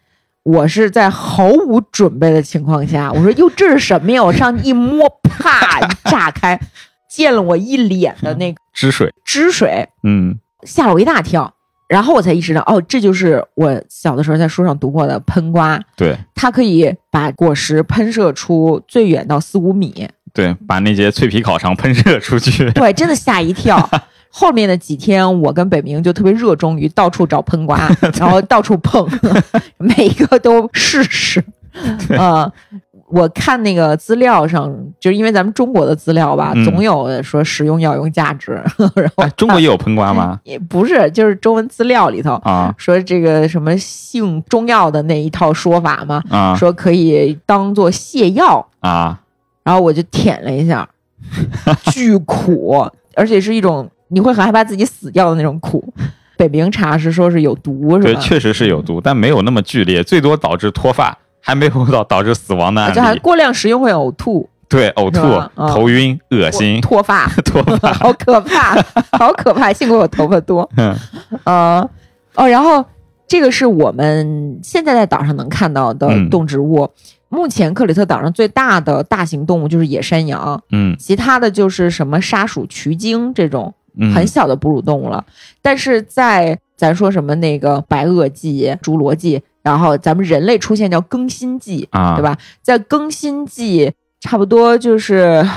我是在毫无准备的情况下，我说哟这是什么呀？我上去一摸，啪一炸开，溅了我一脸的那个
汁水，
汁水，
嗯
吓了我一大跳。然后我才意识到，哦，这就是我小的时候在书上读过的喷瓜，
对
它可以把果实喷射出最远到四五米，
对，把那些脆皮烤肠喷射出 [LAUGHS] 去。
[LAUGHS] 对，真的吓一跳。后面的几天，我跟北明就特别热衷于到处找喷瓜，
啊
然后到处碰， [LAUGHS] 每一个都试
[LAUGHS]
试。呃，我看那个资料上，就是因为咱们中国的资料吧，
嗯
总有说食用药用价值，然后
哎，中国也有喷瓜吗？
也不是，就是中文资料里头
啊
说这个什么性中药的那一套说法嘛，
啊
说可以当做泻药，
啊！
然后我就舔了一下，巨苦，而且是一种你会很害怕自己死掉的那种苦。北冰茶是说是有毒是
对，
吧？
确实是有毒，但没有那么剧烈，最多导致脱发，还没有导导致死亡的
啊就好
案
像
例。
过量食用会呕吐、
对，呕
是吧
吐、
嗯
头晕、恶
脱
心、
脱发，[LAUGHS]
嗯脱发。
好
[LAUGHS]
可怕，好可怕！幸亏我头发多，啊
嗯
呃，哦，然后这个是我们现在在岛上能看到的
嗯
动植物。目前克里特岛上最大的大型动物就是野山羊，
嗯
其他的就是什么沙鼠、渠鲸这种
嗯，
很小的哺乳动物了。但是在咱说什么那个白垩纪、侏罗纪，然后咱们人类出现叫更新纪，
啊，
对？吧？在更新纪差不多就是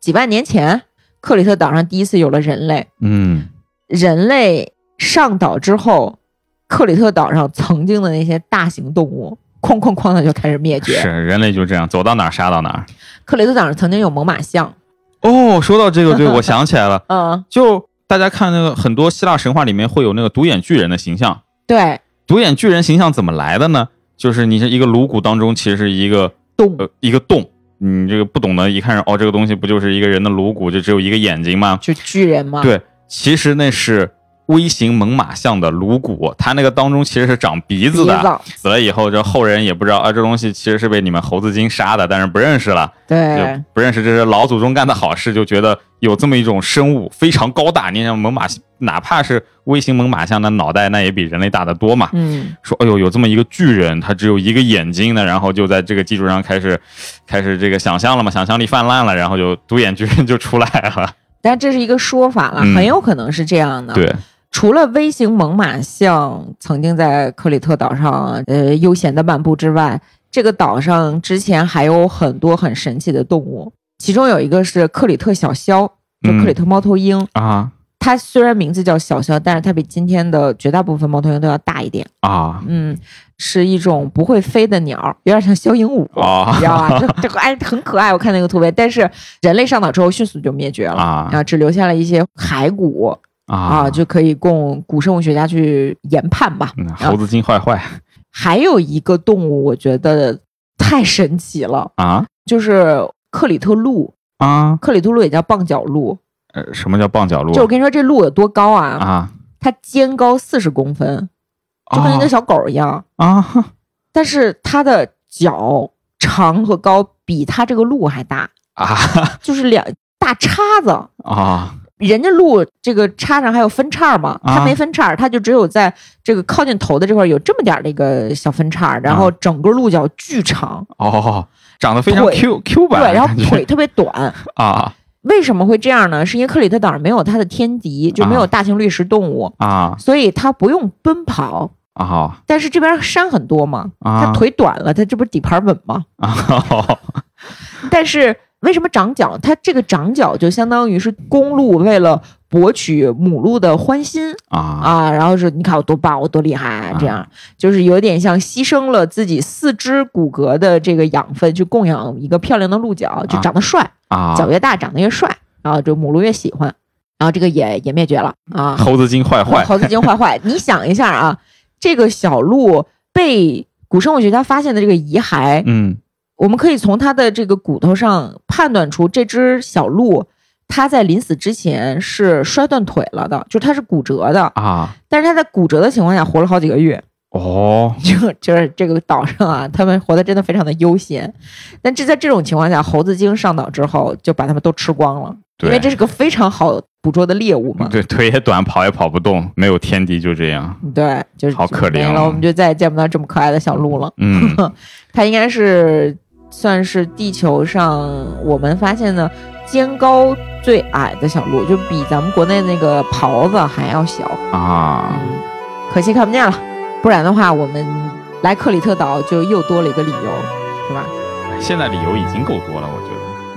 几万年前，克里特岛上第一次有了人类。
嗯
人类上岛之后，克里特岛上曾经的那些大型动物，哐哐哐的就开始灭
是
绝。
人类就这样，走到哪儿杀到哪儿。
克里特岛上曾经有猛犸象，
[LAUGHS] 哦，说到这个，对我想起来 [LAUGHS] 了，
嗯，
就大家看那个很多希腊神话里面会有那个独眼巨人的形象，
对，
独眼巨人形象怎么来的呢？就是你是一个颅骨当中其实是一个
动物
呃一个洞，你这个不懂的一看哦，这个东西不就是一个人的颅骨就只有一个眼睛吗？
就巨人嘛，
对，其实那是微型猛犸象的颅骨，它那个当中其实是长鼻
鼻
子的。
子，
死了以后，这后人也不知道啊，这东西其实是被你们猴子精杀的，但是不认识了，
对
就，不认识这是老祖宗干的好事，就觉得有这么一种生物非常高大。你像猛犸，哪怕是微型猛犸象的脑袋，那也比人类大得多嘛。
嗯，
说，哎呦，有这么一个巨人，他只有一个眼睛呢，然后就在这个基础上开始，开始这个想象了嘛，想象力泛滥了，然后就独眼巨人 [LAUGHS] 就出来了。
但这是一个说法了，
嗯
很有可能是这样的。
对，
除了微型猛犸象曾经在克里特岛上呃悠闲的漫步之外，这个岛上之前还有很多很神奇的动物，其中有一个是克里特小枭，就
嗯
克里特猫头鹰。
啊
它虽然名字叫小枭，但是它比今天的绝大部分猫头鹰都要大一点。
啊
嗯，是一种不会飞的鸟，有点像小鹦鹉，
哦
你知道
[LAUGHS]
吧？就这个哎很可爱，我看那个图片。但是人类上岛之后迅速就灭绝了，
啊
啊，只留下了一些骸骨。啊，就可以供古生物学家去研判吧。啊
嗯猴子精坏坏
还有一个动物，我觉得太神奇了，
啊
就是克里特鹿。
啊！
克里特鹿也叫棒角鹿，
呃，什么叫棒角鹿？
就我跟你说这鹿有多高啊？
啊，
它肩高四十公分，就跟一个小狗一样。
啊啊
但是它的脚长和高比它这个鹿还大，
啊
就是两大叉子。
啊
人家鹿这个叉上还有分叉嘛，
啊
它没分叉，它就只有在这个靠近头的这块有这么点儿的一个小分叉，然
啊
后整个鹿角巨长，
哦，长得非常
腿
Q Q 版
对，
的
然后
感觉，
腿特别短。
啊
为什么会这样呢？是因为克里特岛上没有它的天敌，就没有大型掠食动物，
啊
所以它不用奔跑。
啊
但是这边山很多嘛，它
啊
腿短了，它这不是底盘稳吗？
[LAUGHS] 啊！
但是为什么长角？它这个长角就相当于是公鹿为了博取母鹿的欢心，
啊
啊，然后是你看我多棒，我多厉害，这样就是有点像牺牲了自己四肢骨骼的这个养分，去供养一个漂亮的鹿角，就
啊
长得帅，
啊！
脚越大长得越帅，然后这母鹿越喜欢，然后这个也也灭绝了啊，
猴子精坏坏
猴子精坏
[LAUGHS]
坏，你想一下啊，这个小鹿被古生物学家发现的这个遗骸，
嗯
我们可以从它的这个骨头上判断出这只小鹿。它在临死之前是摔断腿了的，就它是骨折的，
啊
但是他在骨折的情况下活了好几个月，
哦
就就是这个岛上啊，他们活得真的非常的悠闲。但这在这种情况下，猴子精上岛之后就把他们都吃光了，因为
对
这是个非常好捕捉的猎物嘛。
对，腿也短，跑也跑不动，没有天敌，就这样。
对，就是
好可怜
没
哦
了，我们就再也见不到这么可爱的小鹿了。
[LAUGHS] 嗯
它应该是算是地球上我们发现的肩高最矮的小鹿，就比咱们国内那个狍子还要小。
啊
嗯，可惜看不见了，不然的话，我们来克里特岛就又多了一个理由，是吧？嗯
现在理由已经够多了，我觉得。